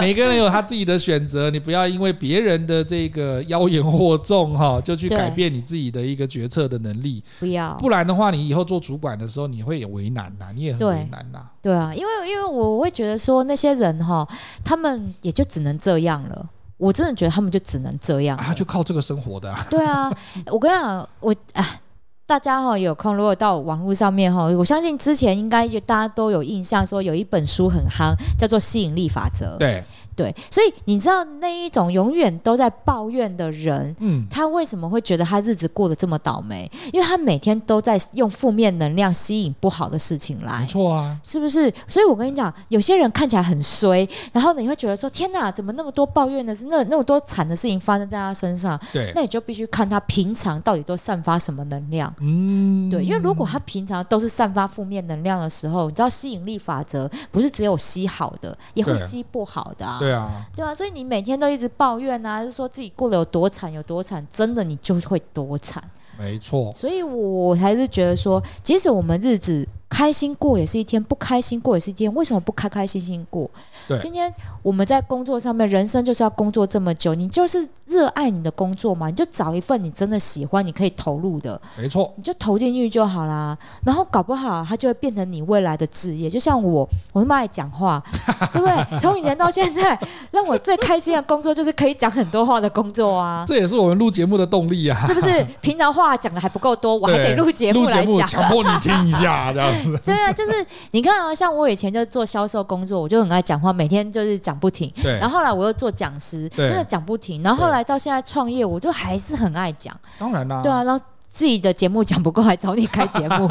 Speaker 1: 每个人有他自己的选择，你不要因为别人的这个妖言惑众 哈，就去
Speaker 2: 对
Speaker 1: 改变你自己的一个决策的能力。
Speaker 2: 不要，
Speaker 1: 不然的话，你以后做主管的时候，你会有为难呐、你也很
Speaker 2: 对
Speaker 1: 为难呐、
Speaker 2: 对啊，因为因为我会觉得说那些人哈，他们也就只能这样了。我真的觉得他们就只能这样了。
Speaker 1: 啊，就靠这个生活的、啊。
Speaker 2: 对啊，我跟你讲，我啊，大家哈、有空如果到网络上面哈、我相信之前应该就大家都有印象，说有一本书很夯，叫做《吸引力法则》。
Speaker 1: 对，
Speaker 2: 对，所以你知道那一种永远都在抱怨的人。
Speaker 1: 嗯，
Speaker 2: 他为什么会觉得他日子过得这么倒霉？因为他每天都在用负面能量吸引不好的事情
Speaker 1: 没
Speaker 2: 来。
Speaker 1: 错啊，
Speaker 2: 是不是？所以我跟你讲，有些人看起来很衰，然后你会觉得说：天哪，怎么那么多抱怨的事，那那么多惨的事情发生在他身上？
Speaker 1: 对，
Speaker 2: 那你就必须看他平常到底都散发什么能量。
Speaker 1: 嗯，
Speaker 2: 对，因为如果他平常都是散发负面能量的时候，你知道吸引力法则不是只有吸好的，也会
Speaker 1: 对
Speaker 2: 吸不好的啊。
Speaker 1: 对啊，
Speaker 2: 对啊，所以你每天都一直抱怨啊，就说自己过得有多惨有多惨，真的你就会多惨。
Speaker 1: 没错，
Speaker 2: 所以我还是觉得说，即使我们日子开心过也是一天，不开心过也是一天，为什么不开开心心过？
Speaker 1: 对
Speaker 2: 今天我们在工作上面，人生就是要工作这么久，你就是热爱你的工作嘛，你就找一份你真的喜欢、你可以投入的，
Speaker 1: 没错，
Speaker 2: 你就投进去就好啦。然后搞不好它就会变成你未来的职业。就像我，我那么爱讲话，对不对？从以前到现在，让我最开心的工作就是可以讲很多话的工作啊。
Speaker 1: 这也是我们录节目的动力 啊。
Speaker 2: 是不是平常话讲的还不够多，我还
Speaker 1: 对
Speaker 2: 得录节
Speaker 1: 录
Speaker 2: 目
Speaker 1: 节
Speaker 2: 来
Speaker 1: 目
Speaker 2: 讲？
Speaker 1: 强迫你听一下这样 子。
Speaker 2: 对啊，就是你看啊，像我以前就做销售工作，我就很爱讲话，每天就是讲不停。
Speaker 1: 对
Speaker 2: 然，后后来我又做讲师，
Speaker 1: 对
Speaker 2: 真的讲不停。然后后来到现在创业，我就还是很爱讲。
Speaker 1: 当然啦、
Speaker 2: 对啊，然后自己的节目讲不够，还找你开 节目，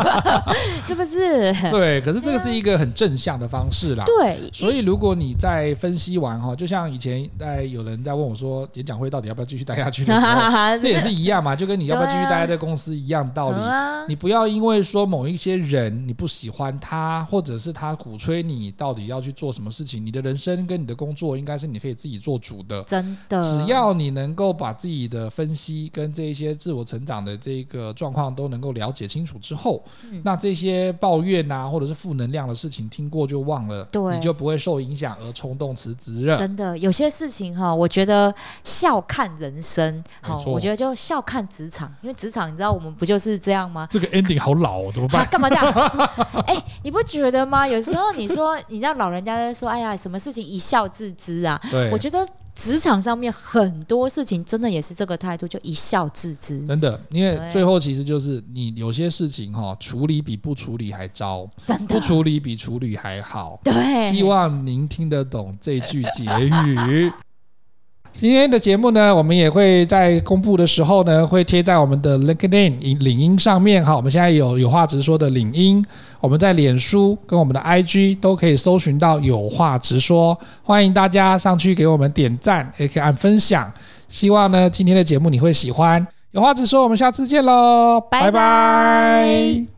Speaker 2: 是不是？
Speaker 1: 对，可是这个是一个很正向的方式啦。
Speaker 2: 对，
Speaker 1: 所以，如果你在分析完哈，就像以前在有人在问我说，演讲会到底要不要继续待下去 的时候，啊这 也是一样嘛，就跟你要不要继续待在这公司一样道理。
Speaker 2: 啊，
Speaker 1: 你不要因为说某一些人你不喜欢他，或者是他鼓吹你到底要去做什么事情，你的人生跟你的工作应该是你可以自己做主的。
Speaker 2: 真的，
Speaker 1: 只要你能够把自己的分析跟这一些自我成长的这个状况都能够了解清楚之后，
Speaker 2: 嗯
Speaker 1: 那这些抱怨啊或者是负能量的事情听过就忘了，
Speaker 2: 对
Speaker 1: 你就不会受影响而冲动辞职 了。
Speaker 2: 真的有些事情哈，我觉得笑看人生，好
Speaker 1: 没，错
Speaker 2: 我觉得就笑看职场，因为职场你知道我们不就是这 样吗？
Speaker 1: 这个 ending 好老、哦，怎么办？，
Speaker 2: 啊 干嘛这样？哎、你不觉得吗？有时候你说，你知道老人家在说，哎呀，什么事情一笑置之啊？
Speaker 1: 对
Speaker 2: 我，觉得职场上面很多事情真的也是这个态度，就一笑置之，
Speaker 1: 真的，因为
Speaker 2: 对
Speaker 1: 最后其实就是你有些事情哈、处理比不处理还糟，
Speaker 2: 真
Speaker 1: 不
Speaker 2: 的
Speaker 1: 处理比处理还好。
Speaker 2: 对。
Speaker 1: 希望您听得懂这句结语。 今天的节目呢，我们也会在公布的时候呢，会贴在我们的 LinkedIn 领领英上面哈。我们现在有有话直说的领英，我们在脸书跟我们的 IG 都可以搜寻到有话直说，欢迎大家上去给我们点赞，也可以按分享。希望呢今天的节目你会喜欢。有话直说，我们下次见喽，拜
Speaker 2: 拜拜
Speaker 1: 拜